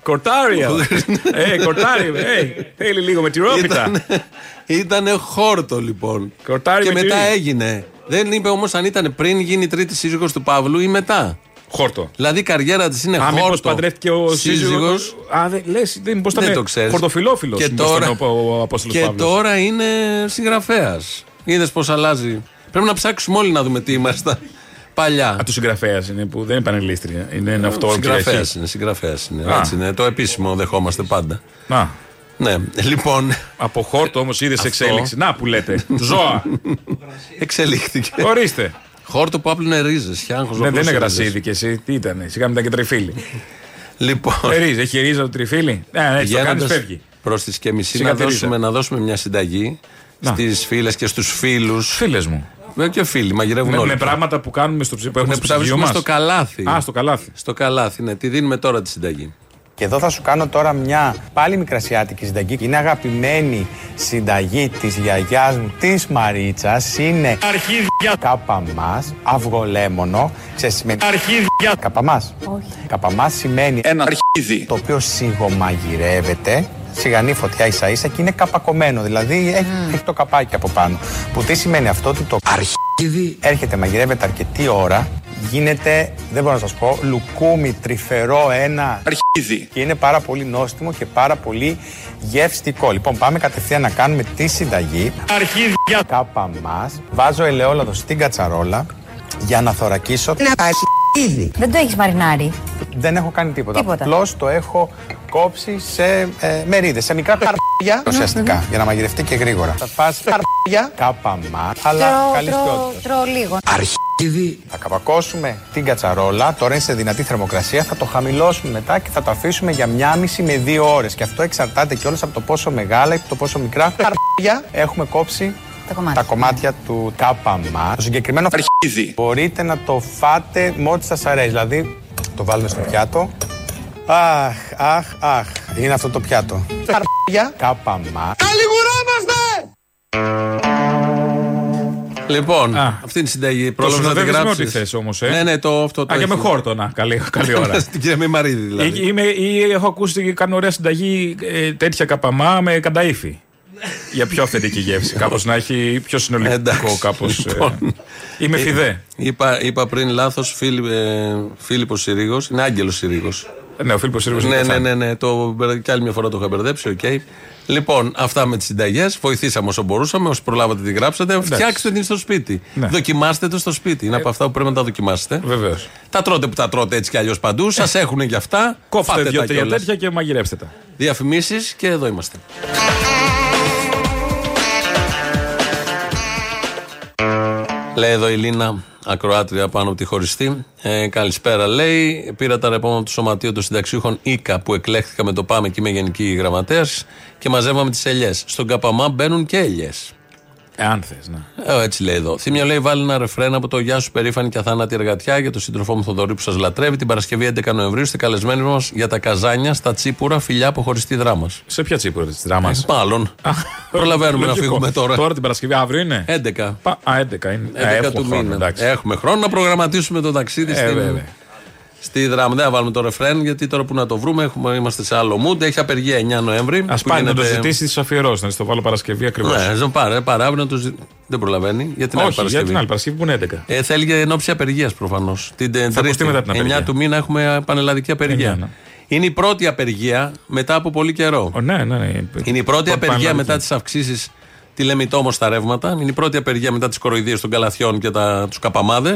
L: Κορτάριο. ε, κορτάριο. Ε, θέλει λίγο με τη ρόπιτα.
K: Ήτανε χόρτο λοιπόν.
L: Κορτάρι
K: και
L: με
K: μετά
L: τυρί.
K: έγινε. Δεν είπε όμως αν ήταν πριν γίνει η τρίτη σύζυγος του Παύλου ή μετά.
L: Χόρτο.
K: Δηλαδή η καριέρα της είναι
L: Α,
K: χόρτο.
L: μήπω παντρεύτηκε ο σύζυγος.
K: σύζυγος.
L: Α, δεν λες, δεν μήπω
K: Δεν
L: ήταν
K: το ξέρεις.
L: Ναι, χορτοφιλόφιλος,
K: Και
L: μήπως
K: τώρα-
L: ήταν ο, ο Απόστολος
K: Και
L: Παύλος.
K: τώρα είναι συγγραφέας. Είδες πώς αλλάζει. Πρέπει να ψάξουμε όλοι να δούμε τι ήμασταν παλιά.
L: Α, του συγγραφέας είναι που δεν είναι πανελίστρια. Είναι ένα αυτό
K: Συγγραφέα
L: κυριαρχής.
K: είναι, συγγραφέας είναι.
L: Α.
K: Έτσι είναι. Το επίσημο δεχόμαστε πάντα.
L: Να.
K: Ναι, λοιπόν.
L: Από χόρτο όμως είδες εξέλιξη. Να που λέτε. Ζώα.
K: Εξελίχθηκε.
L: Ορίστε.
K: Χόρτο που άπλουνε ρίζε. Χιάγχο
L: Ναι, δεν είναι γρασίδι και εσύ. Τι ήταν, σιγά μην ήταν και τριφύλι.
K: Λοιπόν.
L: Ρίζα, έχει ρίζα Ε, το τριφύλι. Ναι, ναι, έτσι το κάνεις, φεύγει.
K: προς τις και μισή να
L: Σιγά τη ρίζα.
K: δώσουμε, να δώσουμε μια συνταγή στις φίλες και στους φίλους.
L: Φίλες μου.
K: Βέβαια και φίλοι, μαγειρεύουν
L: Με,
K: όλοι.
L: με πράγματα που κάνουμε στο ψυγείο. Που έχουμε
K: Ναι,
L: στο
K: που τα
L: ψυγείο
K: βρίσκουμε
L: μας.
K: στο καλάθι.
L: Α, στο καλάθι.
K: Στο καλάθι, ναι. Τη δίνουμε τώρα τη συνταγή.
T: Και εδώ θα σου κάνω τώρα μια πάλι μικρασιάτικη συνταγή. Είναι αγαπημένη συνταγή της γιαγιάς μου, της Μαρίτσας. Είναι αρχίδια κάπα μας, αυγολέμονο. Ξέρεις σημαίνει αρχίδια κάπα μας. Όχι. Κάπα μας σημαίνει ένα αρχίδι. Το οποίο σιγομαγειρεύεται. Σιγανή φωτιά ίσα ίσα και είναι καπακωμένο, δηλαδή έχει, έχει το καπάκι από πάνω. Που τι σημαίνει αυτό, ότι το αρχίδι έρχεται, μαγειρεύεται αρκετή ώρα, γίνεται, δεν μπορώ να σας πω, λουκούμι, τρυφερό, ένα αρχίδι. Και είναι πάρα πολύ νόστιμο και πάρα πολύ γευστικό. Λοιπόν, πάμε κατευθείαν να κάνουμε τη συνταγή. Αρχίδια. Κάπα μας. Βάζω ελαιόλαδο στην κατσαρόλα για να θωρακίσω. αρχίδι.
R: Δεν το έχεις μαρινάρι.
T: Δεν έχω κάνει τίποτα.
R: Τίποτα.
T: Απλώς το έχω κόψει σε ε, μερίδες, σε μικρά καρπιά ουσιαστικά, για να μαγειρευτεί και γρήγορα. Θα φας καρπιά, κάπα μας, αλλά καλής ποιότητας.
R: Τρώω λίγο.
T: Αρχίδι. Θα καπακώσουμε την κατσαρόλα. Τώρα είναι σε δυνατή θερμοκρασία. Θα το χαμηλώσουμε μετά και θα το αφήσουμε για μία μισή με δύο ώρες. Και αυτό εξαρτάται κιόλας από το πόσο μεγάλα ή από το πόσο μικρά καρπιά έχουμε κόψει
R: Τα κομμάτια.
T: τα κομμάτια του ΚΑΜΑ. Το συγκεκριμένο αρχίδι. Μπορείτε να το φάτε μόλι σας αρέσει. Δηλαδή το βάλουμε στο πιάτο. Αχ, αχ, αχ. Είναι αυτό το πιάτο. Καρπιά. ΚΑΜΑ.
K: Λοιπόν, αυτή είναι η συνταγή. Πρόλαβες να την
L: συνοδεύεις με
K: γράψει.
L: ό,τι θες όμως, ε.
K: Ναι, ναι, το αυτό το.
L: Α, και με
K: έχεις.
L: χόρτο, να. Καλή, καλή ώρα.
K: Στην κυρία Μημαρίδη δηλαδή.
L: Ή- Είμαι, ή έχω ακούσει και κάνω ωραία συνταγή ε, τέτοια καπαμά με κανταήφι. Για πιο αυθεντική γεύση. Κάπως να έχει πιο συνολικό κάπω.
K: λοιπόν.
L: είμαι
K: Ε,
L: φιδέ.
K: Είπα, είπα πριν λάθος Φίλι, ε, Φίλιππος Συρίγος. Είναι Άγγελος Συρίγος.
L: Ναι, ο Φίλιππος Συρίγος
K: Ναι,
L: είναι
K: ναι,
L: πεθάνει.
K: ναι, ναι. Το, μπερ- κι άλλη μια φορά το είχα μπερδέψει. οκ. Λοιπόν, αυτά με τις συνταγές. Βοηθήσαμε όσο μπορούσαμε. Όσοι προλάβατε τη γράψατε. Φτιάξτε την στο σπίτι.
L: Ναι. Ε,
K: Δοκιμάστε το στο σπίτι. Είναι από αυτά που πρέπει να τα δοκιμάσετε.
L: Βεβαίως.
K: Τα τρώτε που τα τρώτε έτσι κι αλλιώς παντού. Σα έχουν και αυτά.
L: Κόφτε
K: Πάτε τα
L: δύο-τρία
K: κιόλας.
L: τέτοια και μαγειρέψτε τα.
K: Διαφημίσεις και εδώ είμαστε. Λέει εδώ η Λίνα, ακροάτρια πάνω από τη χωριστή. Ε, καλησπέρα, λέει. Πήρα τα ρεπόμενα του Σωματείου των Συνταξιούχων ΙΚΑ που εκλέχθηκα με το Πάμε και είμαι Γενική Γραμματέας και μαζεύαμε τις ελιές. Στον Καπαμά μπαίνουν και ελιές.
L: Εάν θες, ναι.
K: Ε, έτσι λέει εδώ. Θύμιο λέει: Βάλει ένα ρεφρέν από το Γεια σου περήφανη και αθάνατη εργατιά για τον σύντροφό μου Θοδωρή που σας λατρεύει. Την Παρασκευή 11 Νοεμβρίου είστε καλεσμένοι μας για τα καζάνια στα τσίπουρα φιλιά από χωριστή δράμα.
L: Σε ποια τσίπουρα της δράμας.
K: Μάλλον. Προλαβαίνουμε να
L: Λογικό.
K: φύγουμε τώρα.
L: Τώρα την Παρασκευή, αύριο είναι.
K: 11.
L: Πα- Α, 11 είναι.
K: 11
L: Ε, έχουμε
K: του
L: χρόνο,
K: μήνα. Ε,
L: εντάξει.
K: Έχουμε χρόνο να προγραμματίσουμε το ταξίδι
L: Ε,
K: στην
L: βέβαια.
K: Στη δράμα. Δεν θα βάλουμε το ρεφρέν, γιατί τώρα που να το βρούμε έχουμε, είμαστε σε άλλο mood. Έχει απεργία 9 Νοέμβρη.
L: Ας πάει να το ζητήσει τη αφιερώσει, να της το βάλω Παρασκευή ακριβώς.
K: Ναι, δεν πάρε, πάρε, αύριο να το ζη- Δεν προλαβαίνει. Για την άλλη
L: Όχι, για
K: Παρασκευή.
L: την άλλη Παρασκευή που είναι 11.
K: Ε, θέλει για ενόψη απεργίας προφανώς. Την ε,
L: ακουστεί
K: Τρίτη,
L: μετά την
K: 9
L: απεργία.
K: του μήνα έχουμε πανελλαδική απεργία.
L: Εννιά, ναι.
K: Είναι η πρώτη απεργία μετά από πολύ καιρό.
L: ναι, ναι, ναι.
K: Είναι η πρώτη
L: Πρώτη
K: απεργία
L: πανελλαδική.
K: μετά τις αυξήσεις τη Λεμιτό όμω στα ρεύματα. Είναι η πρώτη απεργία μετά τις κοροϊδίες των καλαθιών και τους καπαμάδες.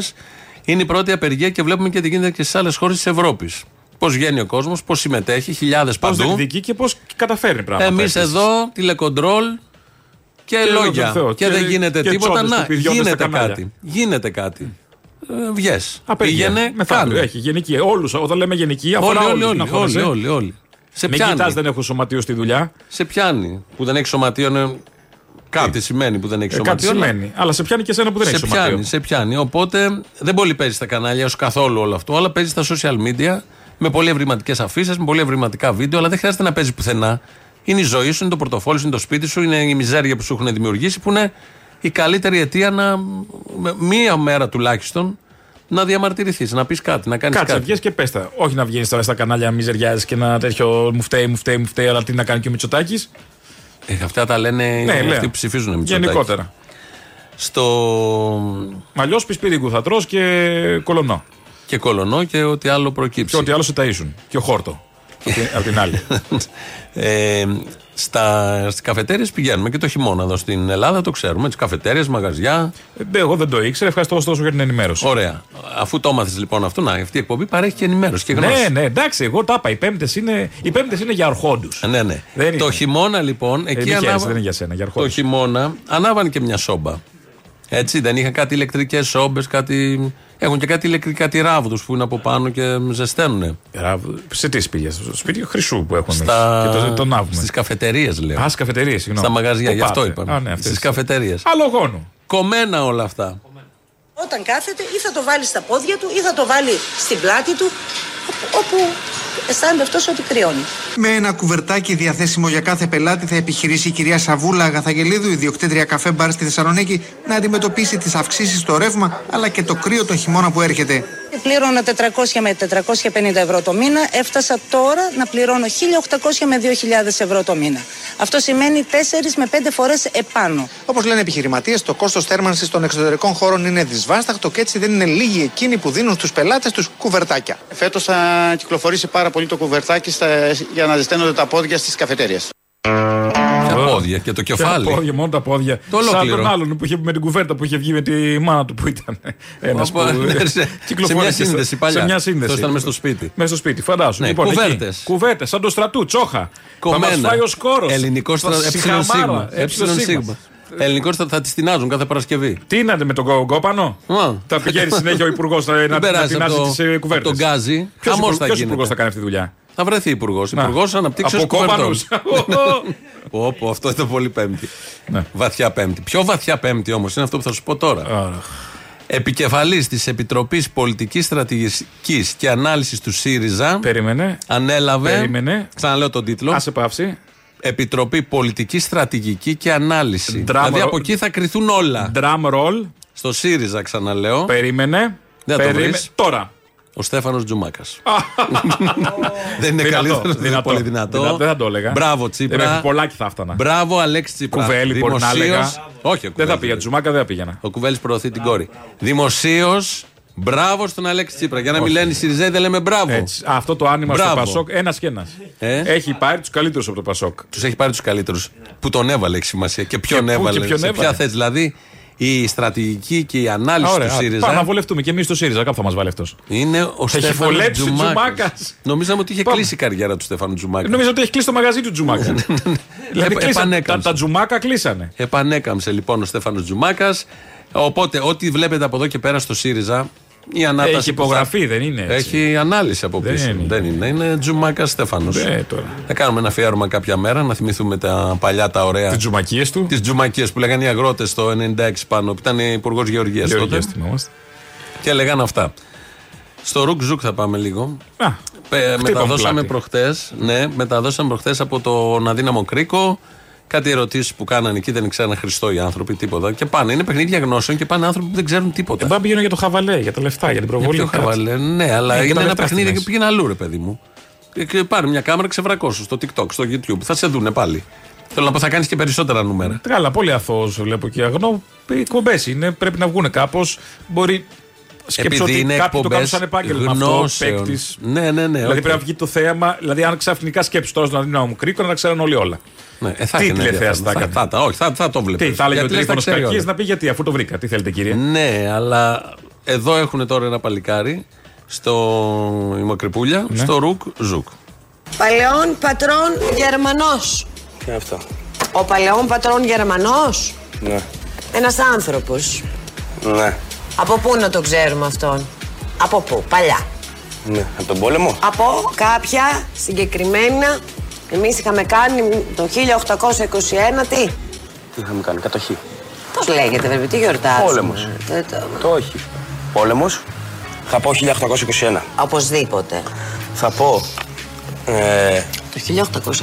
K: Είναι η πρώτη απεργία και βλέπουμε και τι γίνεται και στις άλλες χώρες της Ευρώπης. Πώς βγαίνει ο κόσμος, πώς συμμετέχει, χιλιάδες
L: Πώς
K: παντού.
L: διεκδικεί και πώς καταφέρνει πράγματα.
K: Εμείς
L: επίσης.
K: εδώ, τηλεκοντρόλ και,
L: Και
K: λόγια.
L: τον Θεό.
K: και,
L: Και-
K: δεν γίνεται
L: και
K: τίποτα.
L: τσόντες
K: Να,
L: που πηδιώνται στα
K: γίνεται
L: κανάλια.
K: κάτι. Γίνεται κάτι. Ε, Βγες.
L: Απεργία.
K: Πήγαινε,
L: Μεθαύριο.
K: κάνε.
L: Έχει γενική. Όλους, όταν λέμε γενική, αφορά
K: Όλοι, όλοι,
L: όλους,
K: όλοι,
L: να χώνεσαι.
K: όλοι, όλοι, όλοι. Σε
L: Μην
K: πιάνει.
L: κοιτάς, δεν έχω σωματείο στη δουλειά.
K: Σε πιάνει. Που δεν έχεις σωματείο. είναι- Κάτι σημαίνει που δεν έχει
L: Ε,
K: σωματείο.
L: κάτι
K: αλλά-
L: σημαίνει. Αλλά σε πιάνει και εσένα που δεν
K: σε
L: έχει σωματείο.
K: πιάνει, σε πιάνει. Οπότε δεν πολύ παίζεις στα κανάλια ως καθόλου όλο αυτό, αλλά παίζεις στα social media με πολύ ευρηματικές αφήσεις, με πολύ ευρηματικά βίντεο, αλλά δεν χρειάζεται να παίζεις πουθενά. Είναι η ζωή σου, είναι το πορτοφόλι σου, είναι το σπίτι σου, είναι η μιζέρια που σου έχουν δημιουργήσει, που είναι η καλύτερη αιτία να με- μία μέρα τουλάχιστον να διαμαρτυρηθείς, να πεις κάτι, να κάνεις
L: Κάτσε,
K: κάτι.
L: βγες και πες τα. Όχι να βγαίνεις τώρα στα κανάλια, μη ζεριάζει και ένα τέτοιο μου φταίει, μου φταίει, μου φταίει, αλλά τι να κάνει και ο Μητσοτάκης.
K: Ε, αυτά τα λένε
L: Ναι, λέω.
K: αυτοί που ψηφίζουν. Μητσοτάκη.
L: Γενικότερα.
K: Στο.
L: Μαλλιώ πισπίδικου θα τρώ και κολονό.
K: Και κολονό και ό,τι άλλο προκύψει.
L: Και ό,τι άλλο σε ταΐσουν. Και ο χόρτο. Απ' την- Απ' την άλλη.
K: ε, στα, στις καφετέριες πηγαίνουμε και το χειμώνα εδώ στην Ελλάδα, το ξέρουμε. Τις καφετέριες, μαγαζιά.
L: Ε, εγώ δεν το ήξερα. Ευχαριστώ ωστόσο για την ενημέρωση.
K: Ωραία. Αφού το έμαθες λοιπόν αυτό, να, αυτή η εκπομπή παρέχει και ενημέρωση και γνώση.
L: Ναι, ναι, εντάξει, εγώ τα είπα. Οι πέμπτες είναι, οι πέμπτες είναι για αρχόντους.
K: ναι. ναι.
L: Δεν
K: Το
L: είναι.
K: χειμώνα λοιπόν,
L: Ε,
K: εκεί
L: μη χαίρεσαι,
K: ανάβα-
L: δεν είναι για σένα, για
K: το
L: αρχόντους.
K: χειμώνα ανάβαν και μια σόμπα. Έτσι, δεν είχαν κάτι ηλεκτρικές σόμπες, κάτι. Έχουν και κάτι ηλεκτρικά τυράβδου που είναι από πάνω και ζεσταίνουν.
L: Σε τι πήγε, στο σπίτι χρυσού που έχουμε
K: Στα...
L: εμείς. Και το, τον άβουμε.
K: Στι καφετερίε, λέω.
L: Α, στις καφετερίες, συγγνώμη.
K: Στα μαγαζιά,
L: Πού
K: γι' αυτό
L: πάτε? Α,
K: είπαμε.
L: ναι, αυτές.
K: Στις καφετερίε.
L: Άλλο γόνο.
K: Κομμένα όλα αυτά.
U: Όταν κάθεται ή θα το βάλει στα πόδια του ή θα το βάλει στην πλάτη του όπου- όπου αισθάνεται αυτός ότι κρυώνει.
V: Με ένα κουβερτάκι διαθέσιμο για κάθε πελάτη θα επιχειρήσει η κυρία Σαβούλα Αγαθαγελίδου, ιδιοκτήτρια καφέ μπαρ στη Θεσσαλονίκη, να αντιμετωπίσει τις αυξήσεις στο ρεύμα αλλά και το κρύο τον χειμώνα που έρχεται.
U: Πλήρωνα 400 Ε, με 450 ευρώ το μήνα, έφτασα τώρα να πληρώνω 1800 με 2000 ευρώ το μήνα. Αυτό σημαίνει 4 με 5 φορές επάνω.
V: Όπως λένε επιχειρηματίες, το κόστος θέρμανσης των εξωτερικών χώρων είναι δυσβάσταχτο και έτσι δεν είναι λίγοι εκείνοι που δίνουν στους πελάτες τους κουβερτάκια.
W: Φέτος θα κυκλοφορήσει πάρα πολύ το κουβερτάκι στα- για να ζεσταίνονται τα πόδια στις καφετέρειε.
K: Τα πόδια και το κεφάλι.
L: Τα πόδια, μόνο τα πόδια.
K: Το
L: Σαν
K: ολόκληρο.
L: τον άλλον που είχε με την κουβέρτα που είχε βγει με τη μάνα του που ήταν. Ένας που
K: Οπα, ναι, σε- σε μια
L: κυκλοφόρησε.
K: σύνδεση παλιά.
L: Σε μια σύνδεση.
K: Αυτό ήταν μες στο σπίτι.
L: Μέσα στο σπίτι, φαντάσου.
K: Ναι,
L: λοιπόν,
K: κουβέρτες.
L: Κουβέρτες, σαν το στρατού, τσόχα.
K: Κομμένα.
L: Θα μας φάει ο σκόρος.
K: Ελληνικός στρατό. Εψιλον σίγμα. Εψιλον σίγμα. Ελληνικό στρατό θα τη στηνάζουν κάθε Παρασκευή.
L: Τι είναι με τον κο- κόπανο. Τα πηγαίνει συνέχεια ο υπουργός να να
K: περάσει από
L: τεινάζει
K: το-
L: τις
K: από
L: κουβέρτε.
K: τον Γκάζι. Χαμός θα
L: Ποιος
K: γίνεται.
L: υπουργός θα κάνει αυτή τη δουλειά.
K: Θα βρεθεί υπουργός. Υπουργός αναπτύξεως
L: Από κόπανους.
K: Πω, πω, αυτό ήταν πολύ Πέμπτη.
L: Ναι.
K: Βαθιά Πέμπτη. Πιο βαθιά Πέμπτη όμως είναι αυτό που θα σου πω τώρα. Επικεφαλής της Επιτροπής Πολιτικής Στρατηγικής και Ανάλυσης του ΣΥΡΙΖΑ.
L: Περίμενε.
K: Ανέλαβε.
L: Περίμενε.
K: Ξαναλέω τον τίτλο. Α
L: πάυση.
K: Επιτροπή Πολιτική Στρατηγική και Ανάλυση.
L: Drum
K: δηλαδή
L: roll.
K: από εκεί θα κρυθούν όλα.
L: Drum roll.
K: Στο ΣΥΡΙΖΑ ξαναλέω.
L: Περίμενε.
K: Δεν θα το
L: Περίμε-
K: βρεις.
L: Τώρα.
K: Ο Στέφανος Τζουμάκας. δεν είναι
L: Δυνατό,
K: καλύτερος, δεν είναι
L: δυνατό.
K: πολύ δυνατό.
L: Δυνατό, δεν θα το έλεγα.
K: Μπράβο, Τσίπρα.
L: Δεν με πολλάκι θα έφτανα.
K: Μπράβο, Αλέξη Τσίπρα.
L: Κουβέλη, μπορεί να
K: Δημοσίως-
L: έλεγα.
K: Όχι, δεν θα πήγα.
L: Τζουμάκα δεν θα πήγαινα.
K: Ο Κουβέλης προωθεί την κόρη. Δημοσίως, μπράβο στον Αλέξη Τσίπρα. Για να μην
L: Όχι.
K: λένε οι Σιριζέοι, δεν λέμε μπράβο.
L: Έτσι. Αυτό το άνοιγμα στο
K: Μπράβο. Ε?
L: Πασόκ, ένας και ένας. Έχει πάρει τους καλύτερους από το Πασόκ.
K: Τους έχει πάρει τους καλύτερους. Που τον έβαλε έχει σημασία. Και ποιον
L: πού και
K: έβαλε.
L: ποιον
K: σε
L: έβαλε.
K: ποια θέση δηλαδή. Η στρατηγική και η
L: Α,
K: ανάλυση
L: ωραία.
K: του ΣΥΡΙΖΑ.
L: Πάμε να βολευτούμε και εμείς το ΣΥΡΙΖΑ. Κάπου θα μας βάλει αυτός.
K: Είναι ο
L: Έχει
K: Στέφανο
L: βολέψει ο
K: Τζουμάκας.
L: Τζουμάκας.
K: Νομίζαμε ότι είχε
L: Πάμε.
K: κλείσει η καριέρα του Στέφανου Τζουμάκας.
L: Νομίζω ότι έχει κλείσει το μαγαζί του
K: Ναι,
L: Τζουμάκα. δηλαδή
K: Επ-
L: κλείσανε, τα,
K: επανέκαμψε.
L: τα τζουμάκα κλείσανε.
K: Επανέκαμψε λοιπόν ο Στέφανος Τζουμάκας. Οπότε, ό,τι βλέπετε από εδώ και πέρα στο ΣΥΡΙΖΑ, η ανάταση.
L: Έχει
K: που θα-
L: υπογραφή, δεν είναι έτσι.
K: Έχει ανάλυση από πίσω. Δεν είναι. Είναι Τζουμάκα Στέφανος.
L: Ε, τώρα.
K: Θα κάνουμε ένα αφιέρωμα κάποια μέρα να θυμηθούμε τα παλιά τα ωραία. Τις
L: τζουμακίες του.
K: Τις τζουμακίες που λέγανε οι αγρότες το 96 πάνω, που ήταν υπουργός Γεωργίας τότε.
L: Γεωργίας, ναι. θυμόμαστε.
K: Και λέγανε αυτά. Στο Ρουκ Ζουκ θα πάμε λίγο.
L: Α,
K: Ε,
L: χτύπαμε
K: μεταδώσαμε
L: πλάτη.
K: προχτές. Ναι, μεταδώσαμε προχτές από τον αδύναμο Κρίκο Κάτι ερωτήσεις που κάνανε εκεί δεν ξέραν Χριστό οι άνθρωποι, τίποτα. Και πάνε. Είναι παιχνίδια γνώσεων και πάνε άνθρωποι που δεν ξέρουν τίποτα.
L: Πάμε Ε, πηγαίνω για το χαβαλέ, για τα λεφτά, για την προβολή.
K: Για ποιο
L: κάτι.
K: χαβαλέ, ναι, αλλά
L: Ναι, για τα
K: είναι ένα
L: λεφτά
K: παιχνίδι
L: στη
K: και
L: μέση.
K: πήγαινε αλλού, ρε παιδί μου. Ε, και Πάρε μια κάμερα ξεβρακώσου στο TikTok, στο YouTube. Θα σε δούνε πάλι. Θέλω να πω, θα κάνεις και περισσότερα νούμερα.
L: Τι Καλά, πολύ αθώος βλέπω και αγνό. Οι κομπές είναι, πρέπει να βγουν κάπως. Μπορεί. Σκέψω
K: Επειδή
L: ότι
K: είναι
L: κάποιοι το κάνουν
K: εκπομπές
L: σαν επάγγελμα. Αυτό
K: γνώσεων.
L: παίκτης.
K: Ναι, ναι, ναι.
L: Δηλαδή
K: οκ.
L: πρέπει να βγει το θέαμα. Δηλαδή, αν ξαφνικά σκέψεις τώρα δηλαδή, να δίνω μου κρίκο, να ξέρουν όλοι όλα.
K: Ναι, ε, θα
L: Τι
K: έκανε
L: τηλεθέαση
K: ενδιαφέρον.
L: θα έκανε.
K: Θα, θα, όχι, θα, θα το βλέπω.
L: Τι, θα έλεγε ο τηλέφωνο κακή να πει γιατί, αφού το βρήκα. Τι θέλετε, κύριε.
K: Ναι, αλλά εδώ έχουν τώρα ένα παλικάρι στο η Μακρυπούλια,
L: Ναι.
K: στο Ρουκ Ζουκ.
F: Παλαιόν πατρόν Γερμανός.
K: Και αυτό.
F: Ο παλαιόν πατρόν Γερμανός.
J: Ναι.
F: Ένας άνθρωπος.
J: Ναι.
F: Από πού να το ξέρουμε αυτόν. Από πού, παλιά.
J: Ναι. Από τον πόλεμο.
F: Από κάποια συγκεκριμένα. Εμείς είχαμε κάνει το 1821 τι.
J: Τι είχαμε κάνει, κατοχή.
F: Πώς λέγεται βέβαια, τι γιορτάζουμε.
J: Πόλεμος.
F: Ε, το-
J: Το όχι. Πόλεμος. Θα πω 1821.
F: Οπωσδήποτε.
J: Θα πω. Ε,
F: Το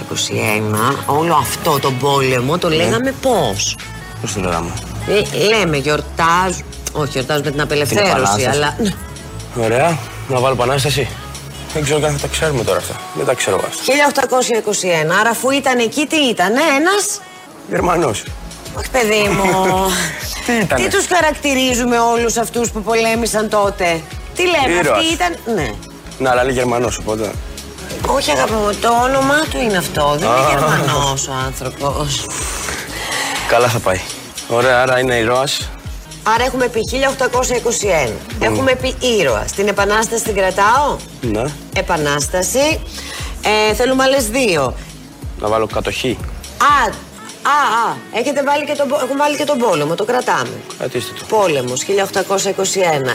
F: 1821 όλο αυτό τον πόλεμο το λέγαμε πώς.
J: πώς το λέγαμε.
F: Ε, λέμε γιορτάζ... Όχι, γιορτάζουμε την απελευθέρωση,
J: Επανάσταση.
F: αλλά... Ναι.
J: Ωραία. Να βάλω επανάσταση. Δεν ξέρω καν αν θα τα ξέρουμε τώρα αυτά. Δεν τα ξέρω αυτά.
F: 1821, άρα αφού ήταν εκεί, τι ήταν, ένας...
J: Γερμανός.
F: Όχι, παιδί μου.
J: Τι ήτανε?
F: τι τους χαρακτηρίζουμε όλους αυτούς που πολέμησαν τότε. Τι λέμε,
J: Ήρωας.
F: αυτοί ήταν... Ναι.
J: Ναι, αλλά είναι Γερμανός οπότε.
F: Όχι, αγάπη μου, το όνομά του είναι αυτό. Δεν είναι
J: Α.
F: Γερμανός ο άνθρωπος.
J: Καλά θα πάει. Ωραία, άρα είναι ηρώας.
F: Άρα έχουμε πει 1821. Έχουμε πει ήρωα. Στην επανάσταση την κρατάω.
J: Ναι.
F: Επανάσταση. Ε, θέλουμε άλλες δύο.
J: Να βάλω κατοχή.
F: Α, α, α. Έχετε βάλει και τον, πο- έχουν βάλει και τον πόλεμο. Το κρατάμε.
J: Κρατήστε το.
F: Πόλεμος 1821.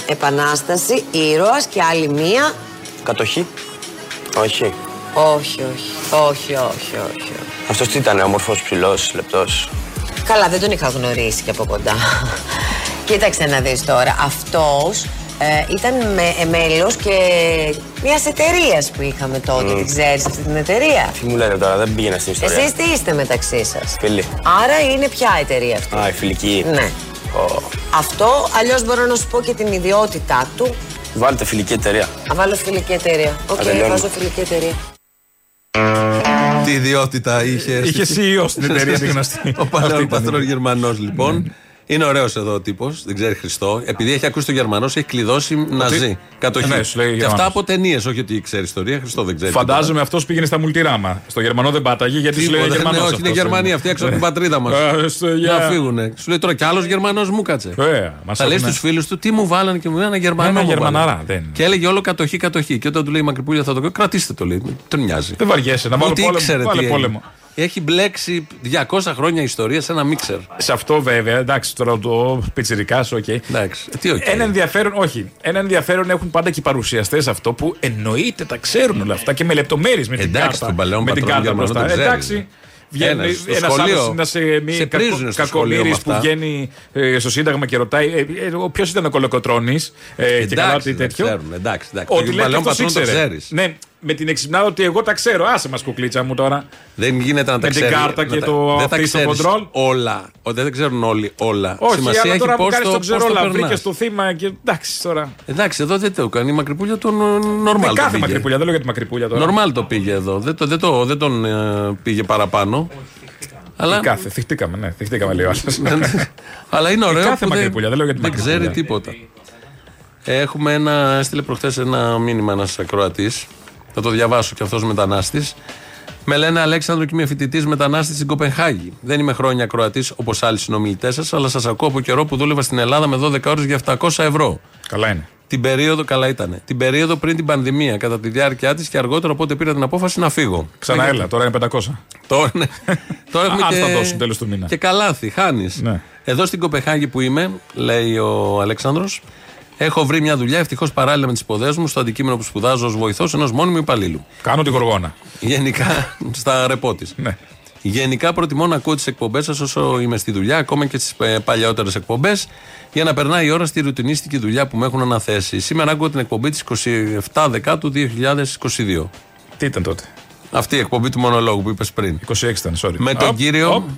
F: Επανάσταση, ήρωας και άλλη μία.
J: Κατοχή. Όχι.
F: Όχι, όχι, όχι, όχι, όχι.
J: Αυτός τι ήταν, όμορφος, ψηλός, λεπτός.
F: Καλά, δεν τον είχα γνωρίσει και από κοντά. Κοίταξε να δεις τώρα. Αυτός ε, ήταν με, μέλος και μιας εταιρείας που είχαμε τότε.
J: Μμ.
F: Την ξέρεις αυτή την εταιρεία.
J: Τι μου λέτε τώρα, δεν πήγαινα στην ιστορία.
F: Εσείς τι είστε μεταξύ σας.
J: Φίλοι.
F: Άρα είναι ποια εταιρεία αυτή.
J: Α, η φιλική.
F: Ναι.
J: Ω,
F: Αυτό, αλλιώς μπορώ να σου πω και την ιδιότητά του.
J: Βάλτε φιλική εταιρεία.
F: Να βάλω φιλική εταιρεία. Οκ,
J: τελειώνουμε.
F: βάζω φιλική εταιρεία.
K: Τι ιδιότητα είχες.
L: Είχε CEO στην εταιρεία, τη γνωστή.
K: Ο
L: Αυτή
K: παλαιό
L: ήταν. Ναι,
K: πατρόν Γερμανός, λοιπόν. Είναι ωραίος εδώ ο τύπος, δεν ξέρει Χριστό. Επειδή έχει ακούσει τον Γερμανός, έχει κλειδώσει να ζει. Κατοχή.
L: Ναι, σου λέει
K: και αυτά
L: Γερμανός.
K: από ταινίες, όχι ότι ξέρει ιστορία, Χριστό δεν ξέρει.
L: Φαντάζομαι αυτός πήγαινε στα μουλτιράμα. Στο Γερμανό δεν πάταγε γιατί σου λέει
K: Τίποτα,
L: Γερμανός.
K: ναι, όχι, είναι Γερμανοί αυτοί έξω από
L: Ναι.
K: την πατρίδα
L: Ε,
K: μα. Να φύγουνε. Σου λέει τώρα κι άλλος Γερμανός μου κάτσε.
L: Ε, μας
K: Θα λέει
L: έχουν-
K: στου φίλους του τι μου βάλανε και μου λένε ένα Γερμανό.
L: Ένα
K: μου
L: Γερμαναρά,
K: βάλανε».
L: δεν είναι.
K: Και έλεγε όλο κατοχή, κατοχή. Και όταν του λέει η Μακρυπούλια θα το κάνω, κρατήστε το λέει. Τον μοιάζει.
L: Δεν βαριέσαι, να
K: Ούτε
L: βάλω πόλεμο.
K: ήξερε τι
L: Βάλε
K: έγινε.
L: πόλεμο.
K: Έχει μπλέξει 200 χρόνια ιστορία σε ένα μίξερ.
L: Σε αυτό βέβαια, εντάξει, τώρα το πιτσιρικά, οκ. Ένα ενδιαφέρον, όχι. Ένα ενδιαφέρον έχουν πάντα και οι παρουσιαστές αυτό που εννοείται τα ξέρουν όλα αυτά και με λεπτομέρειες με την
K: Εντάξει,
L: κάρτα.
K: τον παλαιόν
L: με την
K: πατρόν
L: κάρτα
K: Γερμανό
L: μπροστά.
K: τον ξέρεις.
L: Εντάξει. Βγαίνει
K: Ένας στο
L: ένας
K: σχολείο,
L: άλλο σε
K: σε
L: μη
K: πρίζουνε στο σχολείο
L: κακομοίρη
K: με
L: που
K: αυτά.
L: βγαίνει ε, στο Σύνταγμα και ρωτάει ποιος ήταν ο Κολοκοτρόνη Ε, και καλά τι
K: δεν
L: τέτοιο.
K: ξέρουν, εντάξει, εντάξει.
L: Ότι λέει
K: Τον
L: και
K: παλαιόν
L: αυτός
K: πατρόν το
L: ήξερε.
K: ξέρεις.
L: Ναι, με την εξυπνάδα ότι εγώ τα ξέρω. Άσε μας κουκλίτσα μου τώρα.
K: Δεν γίνεται να τα
L: Με την
K: ξέρει.
L: κάρτα
K: να
L: και
K: τα-
L: το
K: δεν τα
L: αφήσει στο
K: ξέρεις
L: κοντρόλ.
K: Όλα. Ο, δεν ξέρουν όλοι όλα.
L: Όχι,
K: Σημασία
L: αλλά
K: έχει
L: τώρα που
K: πώς
L: κάνεις
K: το,
L: τον
K: πώς το
L: ξερόλα,
K: περνάς.
L: βρήκες το θύμα και εντάξει τώρα.
K: Εντάξει, εδώ δεν το κάνει η Μακρυπούλια τον ε, νορμάλ.
L: Με κάθε μακρυπούλια, δεν λέω για τη μακρυπούλια τώρα. Ε,
K: Νορμάλ το πήγε εδώ. Δεν, το, δεν, το, δεν τον ε, πήγε παραπάνω. Αλλά... ναι.
L: Η κάθε, θυχτήκαμε, ναι, θυχτήκαμε λέει ο άλλος.
K: Αλλά είναι
L: Η
K: ωραίο
L: κάθε
K: που δεν,
L: μακρυπούλια, δεν λέω για τη
K: δεν
L: μακρυπούλια.
K: ξέρει τίποτα. Έχουμε ένα, έστειλε προχτές ένα μήνυμα ένας ακροατής. Θα το διαβάσω κι αυτός μετανάστης. Με λένε Αλέξανδρο και είμαι φοιτητής μετανάστης στην Κοπενχάγη. Δεν είμαι χρόνια ακροατή όπως άλλοι συνομιλητές σας, αλλά σας ακούω από καιρό που δούλευα στην Ελλάδα με 12 ώρες για 700 ευρώ.
L: Καλά είναι.
K: Την περίοδο, καλά ήταν. Την περίοδο πριν την πανδημία, κατά τη διάρκεια της και αργότερα, οπότε πήρα την απόφαση να φύγω.
L: Ξανά
K: Δεν-
L: έλα, τώρα είναι 500.
K: Τώρα, ναι. Τώρα έχουμε
L: Αν
K: και...
L: θα δώσουν τέλος του μήνα.
K: Και καλάθι, χάνεις.
L: Ναι.
K: Εδώ στην Κοπεχάγη που είμαι, λέει ο Αλέξανδρος, έχω βρει μια δουλειά ευτυχώς παράλληλα με τις σπουδέ μου στο αντικείμενο που σπουδάζω ως βοηθός ενός μόνιμου υπαλλήλου.
L: Κάνω την γοργόνα.
K: Γενικά, στα ρεπό τη.
L: Ναι.
K: Γενικά προτιμώ να ακούω τις εκπομπές σας όσο είμαι στη δουλειά, ακόμα και τις παλιότερες εκπομπές, για να περνάει η ώρα στη ρουτινίστικη δουλειά που με έχουν αναθέσει. Σήμερα άκουγα την εκπομπή της 27 Δεκάτου 2022.
L: Τι ήταν τότε.
K: Αυτή η εκπομπή του μονολόγου που είπες πριν.
L: 26 ήταν, sorry.
K: Με τον
L: Οπ,
K: κύριο.
L: οπ.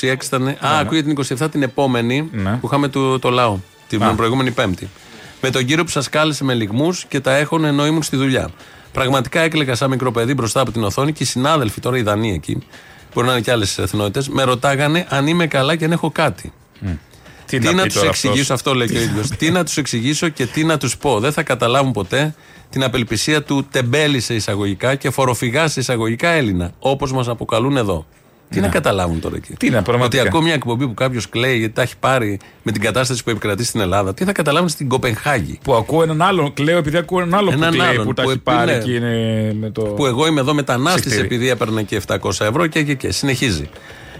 K: 26 ήταν. Α, ακούγεται την 27 την επόμενη που είχαμε το, το λαό. Την
L: Α.
K: προηγούμενη Πέμπτη. Με τον κύριο που σας κάλεσε με λιγμούς και τα έχουν ενώ ήμουν στη δουλειά. Πραγματικά έκλεγα σαν μικρό παιδί μπροστά από την οθόνη και οι συνάδελφοι τώρα, οι Δανείοι εκεί, μπορεί να είναι και άλλες εθνότητες, με ρωτάγανε αν είμαι καλά και αν έχω κάτι. Τι,
L: να
K: να,
L: πει
K: τους
L: τώρα
K: εξηγήσω,
L: αυτός.
K: αυτό λέει και ο ίδιος. τι να τους εξηγήσω και τι να τους πω. Δεν θα καταλάβουν ποτέ την απελπισία του τεμπέλη σε εισαγωγικά και φοροφυγά σε εισαγωγικά Έλληνα, όπως μας αποκαλούν εδώ. Τι να καταλάβουν τώρα εκεί.
L: Ναι. Τι να, πραγματικά.
K: Ότι ακόμη μια εκπομπή που κάποιος κλαίει γιατί τα έχει πάρει με την κατάσταση που επικρατεί στην Ελλάδα, τι θα καταλάβουν στην Κοπενχάγη.
L: Που ακούω έναν άλλον, κλαίω επειδή ακούω έναν άλλο
K: Έναν
L: που κλαίει,
K: άλλον
L: που τα
K: που
L: έχει
K: επί-
L: πάρει
K: ναι.
L: και είναι με το...
K: Που εγώ είμαι εδώ μετανάστης
L: Συχτήρι.
K: επειδή έπαιρνα και 700 ευρώ και και και. Συνεχίζει.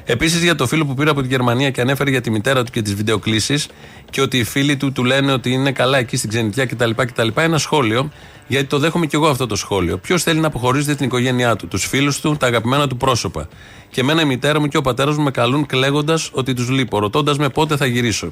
K: Επίσης για το φίλο που πήρε από τη Γερμανία και ανέφερε για τη μητέρα του και τις βιντεοκλήσεις και ότι οι φίλοι του του λένε ότι είναι καλά εκεί στην ξενιτιά κτλ. κτλ. Ένα σχόλιο, γιατί το δέχομαι και εγώ αυτό το σχόλιο. Ποιος θέλει να αποχωρίζεται την οικογένειά του, τους φίλους του, τα αγαπημένα του πρόσωπα. Και εμένα η μητέρα μου και ο πατέρας μου με καλούν κλαίγοντας ότι τους λείπω, ρωτώντας με πότε θα γυρίσω.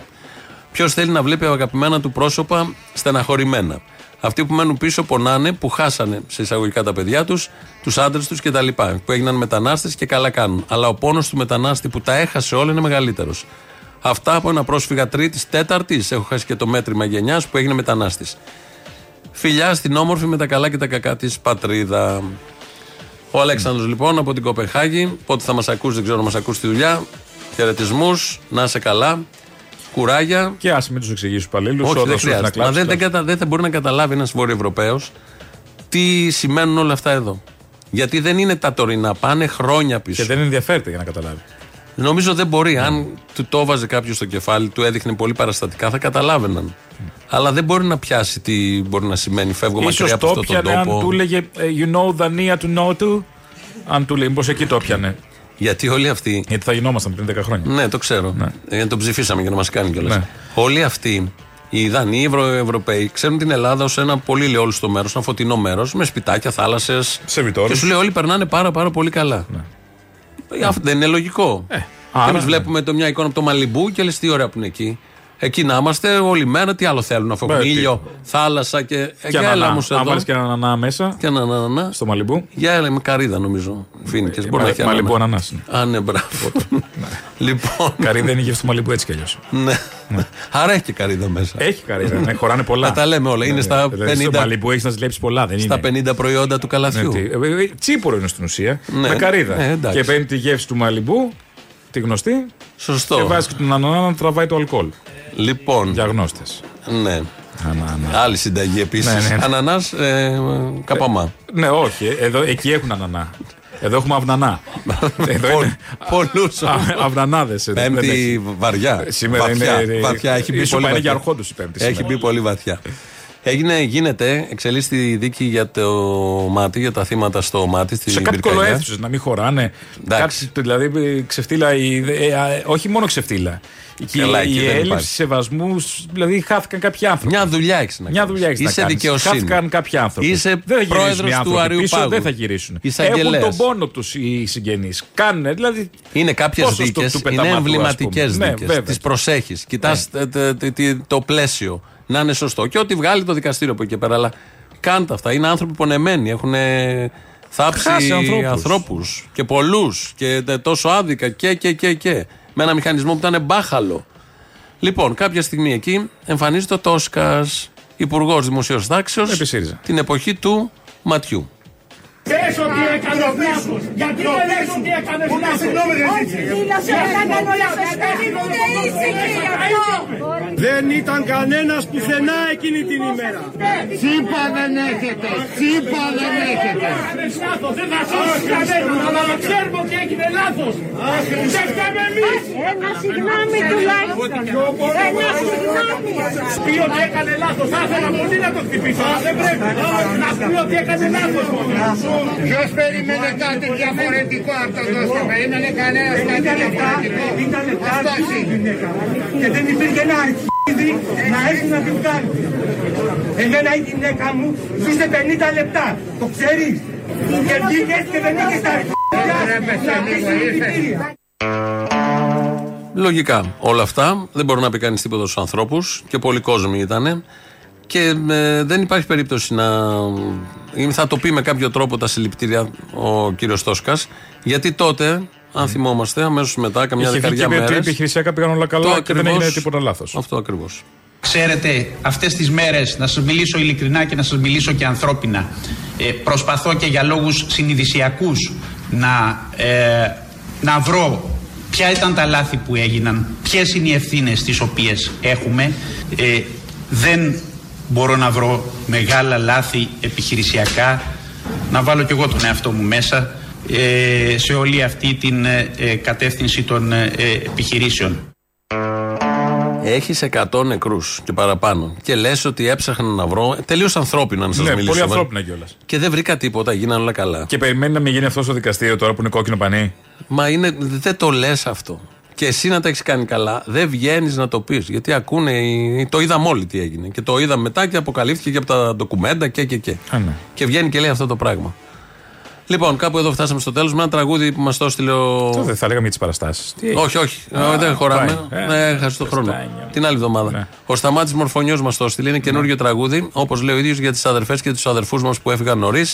K: Ποιος θέλει να βλέπει αγαπημένα του πρόσωπα στεναχωρημένα. Αυτοί που μένουν πίσω πονάνε, που χάσανε σε εισαγωγικά τα παιδιά τους, τους άντρες τους κτλ. Που έγιναν μετανάστες και καλά κάνουν. Αλλά ο πόνος του μετανάστη που τα έχασε όλα είναι μεγαλύτερος. Αυτά από ένα πρόσφυγα τρίτης, τέταρτης, έχω χάσει και το μέτρημα γενιάς που έγινε μετανάστης. Φιλιά στην όμορφη με τα καλά και τα κακά της πατρίδα. Ο Αλέξανδρος λοιπόν από την Κοπεχάγη, πότε θα μας ακούσει, δεν ξέρω να μας ακούσει τη δουλειά. Χαιρετισμούς, να είσαι καλά. Κουράγια.
L: Και άσε μην τους εξηγήσεις υπαλλήλους.
K: Όχι, δεν χρειάζεται. Μα δεν, δεν, κατα, δεν θα μπορεί να καταλάβει ένας Βόρειο τι σημαίνουν όλα αυτά εδώ. Γιατί δεν είναι τα τωρινά, πάνε χρόνια πίσω. Και δεν
L: ενδιαφέρεται για να καταλάβει.
K: Νομίζω δεν
L: Ναι.
K: μπορεί. Αν του το βάζε κάποιος στο κεφάλι, του έδειχνε πολύ παραστατικά, θα καταλάβαιναν. Αλλά δεν μπορεί να πιάσει τι μπορεί να σημαίνει. Φεύγω
L: Ίσως
K: μακριά από
L: το
K: αυτόν τον
L: πιανε αν
K: τόπο.
L: του έλεγε ε, You know Δανία του Νότου. Αν του λέει, μήπως εκεί το πιανε.
K: Γιατί όλοι αυτοί.
L: Γιατί θα γινόμασταν πριν 10 χρόνια.
K: Ναι, το ξέρω. Ε, τον ψηφίσαμε για να μας κάνει κιόλας.
L: Ναι.
K: Όλοι αυτοί, οι Δανείοι, οι Ευρω- Ευρωπαίοι, ξέρουν την Ελλάδα ως ένα πολύ λεόλουστο μέρος, ένα φωτεινό μέρος, με σπιτάκια, θάλασσες. Και σου λέει όλοι περνάνε πάρα, πάρα πολύ καλά. Ε, αυτό δεν είναι λογικό. Ε,
L: Ναι. άρα,
K: Εμεί
L: ναι.
K: βλέπουμε το, μια εικόνα από το Μαλιμπού και λες τι ωραία που είναι εκεί. Εκεί να είμαστε όλη μέρα, τι άλλο θέλουν αφού
L: Μπε,
K: έχουν
L: τι.
K: ήλιο, θάλασσα και. Ε,
L: Και
K: για έλα
L: ανανά.
K: όμως
L: Αν
K: εδώ.
L: βάλεις και έναν ανά μέσα.
K: Και έναν ανανά.
L: Στο Μαλιμπού. Ε,
K: Για έλα, με καρύδα νομίζω. Φίνικες. Μπορεί να έχει
L: Μαλιμπού
K: ανανά.
L: ανανά.
K: Α, ναι, μπράβο. λοιπόν.
L: Καρύδα είναι γεύση του Μαλιμπού έτσι κι αλλιώς.
K: Ναι. Άρα έχει και καρύδα μέσα.
L: Έχει καρύδα, ναι, χωράνε πολλά.
K: Να τα λέμε όλα. Είναι στα
L: Δηλαδή, στο
K: 50
L: Μαλιμπού έχεις να ζηλέψεις πολλά. Δεν
K: Στα
L: είναι.
K: 50 προϊόντα του καλαθιού.
L: Ναι, τι- ε, ε, τσίπορο είναι στην ουσία.
K: Ναι.
L: Με καρύδα.
K: Ε, εντάξει.
L: και παίρνει τη γεύση του Μαλιμπού, τη γνωστή.
K: Σωστό.
L: Και βάζει και τον ανανά να τραβάει το αλκοόλ.
K: Λοιπόν.
L: Για γνώστες.
K: Ναι. Άλλη συνταγή επίσης.
L: Ναι, ναι, ναι.
K: Ανανάς καπαμά.
L: Ναι, όχι. Εδώ, εκεί έχουν ανανά. Εδώ έχουμε αυνανά. Ε, Εδώ είναι.
K: Πολλούς.
L: Αυνανάδε.
K: Πέμπτη βαριά.
L: Ε, Σήμερα
K: βαθιά,
L: είναι.
K: βαθιά. Έχει μπει
L: Ίσως
K: πολύ
L: πάει για
K: βαθιά.
L: αρχόντους η Πέμπτη.
K: Έχει μπει πολύ βαθιά. Έγινε, γίνεται, εξελίσσεται η δίκη για το μάτι, για τα θύματα στο μάτι. Στη
L: Σε κάτι
K: Πυρκαγιά.
L: κολοαίθουσε, να μην χωράνε. Κάτι, δηλαδή ε, ξεφτύλα. η- ε, α, όχι μόνο ξεφτύλα. Και
K: Καλά, εκεί
L: η
K: δεν
L: έλλειψη
K: υπάρχει.
L: σεβασμούς. Δηλαδή χάθηκαν κάποιοι άνθρωποι.
K: Μια δουλειά έχεις να
L: Μια δουλειά έχεις να
K: Είσαι
L: κάνεις.
K: δικαιοσύνη.
L: Χάθηκαν κάποιοι άνθρωποι.
K: Είσαι
L: δεν θα γυρίσουν
K: πρόεδρος
L: οι
K: του
L: άνθρωποι
K: Αριού
L: πίσω,
K: Πάγου.
L: Δεν θα γυρίσουν.
K: Εισαγγελέας.
L: Έχουν τον πόνο τους οι συγγενείς. Κάνουν. Δηλαδή,
K: Είναι κάποιες
L: πόσος στο-
K: δίκες,
L: του
K: είναι
L: πεταματού, ας πούμε.
K: εμβληματικές
L: Ναι,
K: δίκες.
L: βέβαια. Ναι.
K: Τις προσέχεις. Κοιτάς το πλαίσιο να είναι σωστό. Και ό,τι βγάλει το δικαστήριο από εκεί και πέρα. Αλλά κάντε αυτά. Είναι άνθρωποι πονεμένοι. Έχουν θάψει
L: Χάσει ανθρώπους.
K: ανθρώπους. Και πολλούς. Και τε- τόσο άδικα. Και, και, και, και. Με ένα μηχανισμό που ήταν μπάχαλο. Λοιπόν, κάποια στιγμή εκεί εμφανίζεται ο Τόσκας, υπουργός δημοσίως τάξεως. Την εποχή του ματιού.
H: Ξέρεις ότι έκανε λάθος. Γιατί δεν λες ότι έκανες λάθος. Όχι, φίλα, σε έκανε λάθος. Ούτε είσαι εκεί γι' αυτό.
E: Δεν ήταν κανένας πουθενά εκείνη την ημέρα.
H: Τσίπα δεν έχετε. Τσίπα δεν έχετε. Δεν θα σώσει κανέναν, αλλά ξέρουμε ότι έγινε λάθος. Δεν φταίμε εμείς. Ένα συγγνώμη τουλάχιστον. Ένα συγγνώμη. Πει ότι έκανε λάθος. Θα ήθελα πολύ να το χτυπήσω. αλλά Δεν πρέπει. Να πει ότι έκανε λάθος. Ποιος περίμενε κάτι διαφορετικό από το δώστε. Περίμενε κανένας κάτι διαφορετικό. Αυτός είναι. Και δεν υπήρχε ένα αρχίδι να έρθει να την βγάλει. Εμένα η γυναίκα μου ζούσε 50 λεπτά. Το ξέρεις. Και βγήκες και δεν είχες τα αρχίδια.
K: Λογικά όλα αυτά. Δεν μπορεί να πει κανείς τίποτα στους ανθρώπους και πολλοί κόσμοι ήταν. Και ε, δεν υπάρχει περίπτωση να. ή Θα το πει με κάποιο τρόπο τα συλληπιτήρια ο κύριος Τόσκας. Γιατί τότε, αν θυμόμαστε, αμέσως μετά, καμιά
L: Είχε βγει
K: δεκαετία
L: και είπε ότι
K: μέρε.
L: επιχειρησιακά πήγαν όλα καλά
K: Το
L: και δεν
K: ακριβώς-
L: έγινε τίποτα λάθος.
K: Αυτό ακριβώς.
X: Ξέρετε, αυτές τις μέρες, να σας μιλήσω ειλικρινά και να σας μιλήσω και ανθρώπινα, ε, προσπαθώ και για λόγους συνειδησιακούς να, ε,
L: Ναι,
X: να βρω ποια ήταν τα λάθη που έγιναν, ποιες είναι οι ευθύνες τις οποίες έχουμε. Ε, δεν μπορώ να βρω μεγάλα λάθη επιχειρησιακά, να βάλω κι εγώ τον εαυτό μου μέσα ε, σε όλη αυτή την ε, ε, κατεύθυνση των ε, ε, επιχειρήσεων.
K: Έχεις 100 νεκρούς και παραπάνω. Και λες ότι έψαχνα να βρω. Τελείως ανθρώπινα να σας
L: Ναι,
K: μιλήσω.
L: πολύ
K: ε.
L: ανθρώπινα κιόλας.
K: Και δεν βρήκα τίποτα, γίνανε όλα καλά.
L: Και περιμένει να μην γίνει αυτό στο δικαστήριο τώρα που είναι κόκκινο πανί.
K: Μα είναι, δεν το λες αυτό. Και εσύ να τα έχεις κάνει καλά, δεν βγαίνεις να το πεις. Γιατί ακούνε. οι- Το είδαμε όλοι τι έγινε. Και το είδαμε μετά και αποκαλύφθηκε και από τα ντοκουμέντα και και και. Και βγαίνει και λέει αυτό το πράγμα. Λοιπόν, κάπου εδώ φτάσαμε στο τέλος με ένα τραγούδι που μας το έστειλε ο.
L: Τότε θα λέγαμε για τις παραστάσεις. Τι έχει?
K: Όχι, όχι.
L: Α,
K: Ε, δεν χωράμε.
L: πάει. Ε, Ναι.
K: Ναι, έχασε το χρόνο. Την άλλη εβδομάδα. Ο Σταμάτης Μορφωνιός μας το έστειλε. Είναι καινούριο τραγούδι. Όπως λέει ο ίδιος για τις αδερφές και τους αδερφούς μας που έφυγαν νωρίς.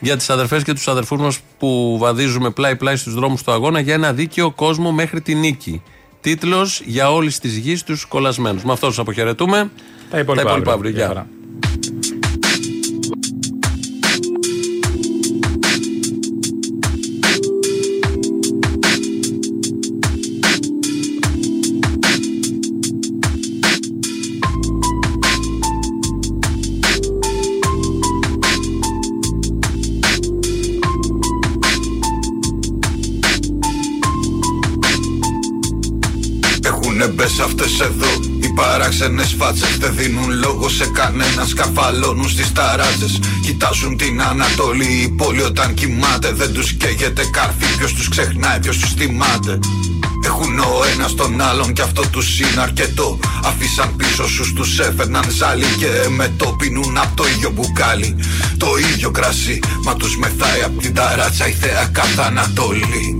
K: Για τις αδερφές και τους αδερφούς μας που βαδίζουμε πλάι-πλάι στους δρόμους του αγώνα για ένα δίκαιο κόσμο μέχρι τη νίκη. Τίτλος Για όλη της γης τους κολλασμένους. Με αυτό σας αποχαιρετούμε.
L: Τα υπόλοιπα αύριο. Γεια
K: Γεια.
L: χαρά.
Y: Έχουνε μπε αυτές εδώ. Οι παράξενες φάτσες δεν δίνουν λόγο σε κανένα. Σκαφαλώνουν στις ταράτσε. Κοιτάζουν την Ανατολή. Η πόλη όταν κοιμάται δεν τους καίγεται καρφί. Ποιος τους ξεχνάει, ποιος τους θυμάται. Έχουν ο ένας τον άλλον και αυτό τους είναι αρκετό. Αφήσαν πίσω σου τους έφερναν ζάλι και με το πίνουν από το ίδιο μπουκάλι. Το ίδιο κρασί, μα τους μεθάει από την ταράτσα η θέα καθ' Ανατολή.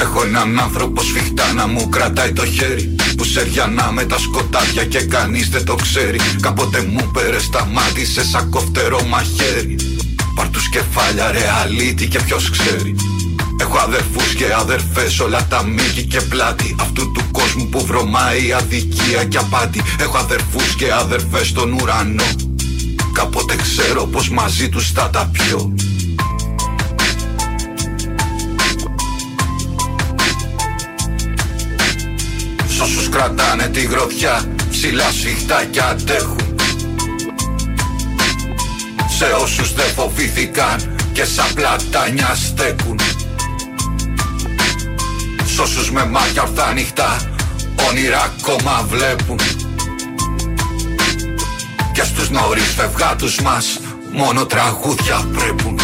Y: Έχω έναν άνθρωπο σφιχτά να μου κρατάει το χέρι Που σεριανά με τα σκοτάδια και κανείς δεν το ξέρει Κάποτε μου πέρε σταμάτησε σαν κοφτερό μαχαίρι Πάρ' τους κεφάλια ρε αλήτη και ποιος ξέρει Έχω αδερφούς και αδερφές όλα τα μήκη και πλάτη Αυτού του κόσμου που βρωμάει αδικία και απάτη Έχω αδερφούς και αδερφές στον ουρανό Κάποτε ξέρω πως μαζί τους θα τα πιω Σ' όσους κρατάνε τη γροθιά Ψηλά σφιχτά κι αντέχουν Σε όσους δεν φοβήθηκαν Και σαν πλατάνια στέκουν Σ' όσους με μάτια ορθά ανοιχτά Όνειρα ακόμα βλέπουν Και στους νωρίς φευγάτους μας Μόνο τραγούδια πρέπουν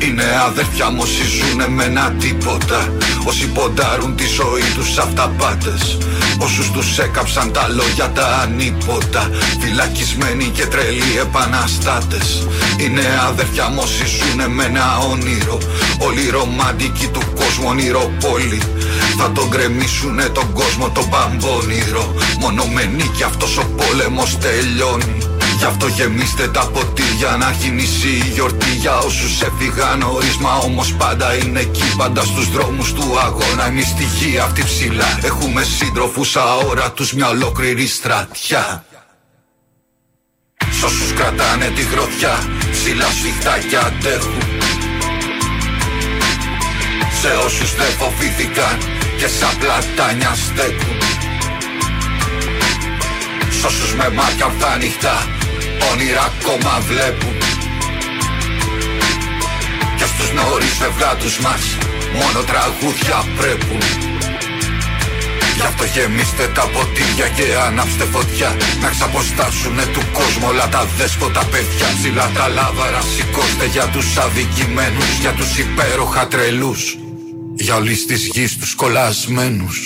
Y: Είναι αδερφιά μου όσοι ζουνε με ένα τίποτα Όσοι ποντάρουν τη ζωή τους αυταπάτες Όσους τους έκαψαν τα λόγια τα ανίποτα Φυλακισμένοι και τρελοί επαναστάτες Είναι αδερφιά μου όσοι ζουνε με ένα όνειρο Όλοι οι ρομαντικοί του κόσμου όνειροπόλοι Θα τον γκρεμίσουνε τον κόσμο τον παμπώνυρο Μόνο με νίκη αυτός ο πόλεμος τελειώνει Γι' αυτό γεμίστε τα ποτήρια να χυνήσει η γιορτή Για όσους έφυγαν νωρίς μα όμως πάντα είναι εκεί Πάντα στους δρόμους του αγώνα είναι η στοιχεία αυτή ψηλά Έχουμε σύντροφους αόρατους μια ολόκληρη στρατιά Σ' όσους κρατάνε τη γροθιά ψηλά σφιχτά και αντέχουν Σε όσους δεν φοβήθηκαν και σαν πλατάνια στέκουν Σ' όσους με μάτια ορθά ανοιχτά Όνειρα ακόμα βλέπουν Και στους νωρίς φευγάτους μας Μόνο τραγούδια πρέπουν Γι' αυτό γεμίστε τα ποτήρια και άναψτε φωτιά Να ξαποστάσουνε του κόσμου όλα τα δέσποτα παιδιά Ψηλά τα λάβαρα σηκώστε για τους αδικημένους Για τους υπέροχα τρελούς για όλης της γης τους κολλασμένους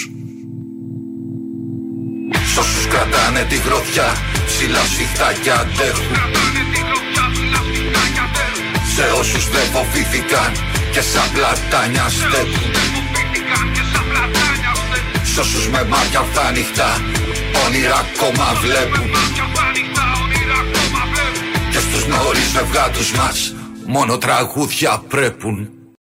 Y: Σ' όσους κρατάνε τη γροθιά ψηλά σφιχτά και αντέχουν Σε όσους δεν φοβήθηκαν και σαν πλατάνια στέκουν Σ' όσους με μάτια αυτά ανοιχτά όνειρα ακόμα βλέπουν Και στους νωρίς ζευγάτους μας μόνο τραγούδια πρέπουν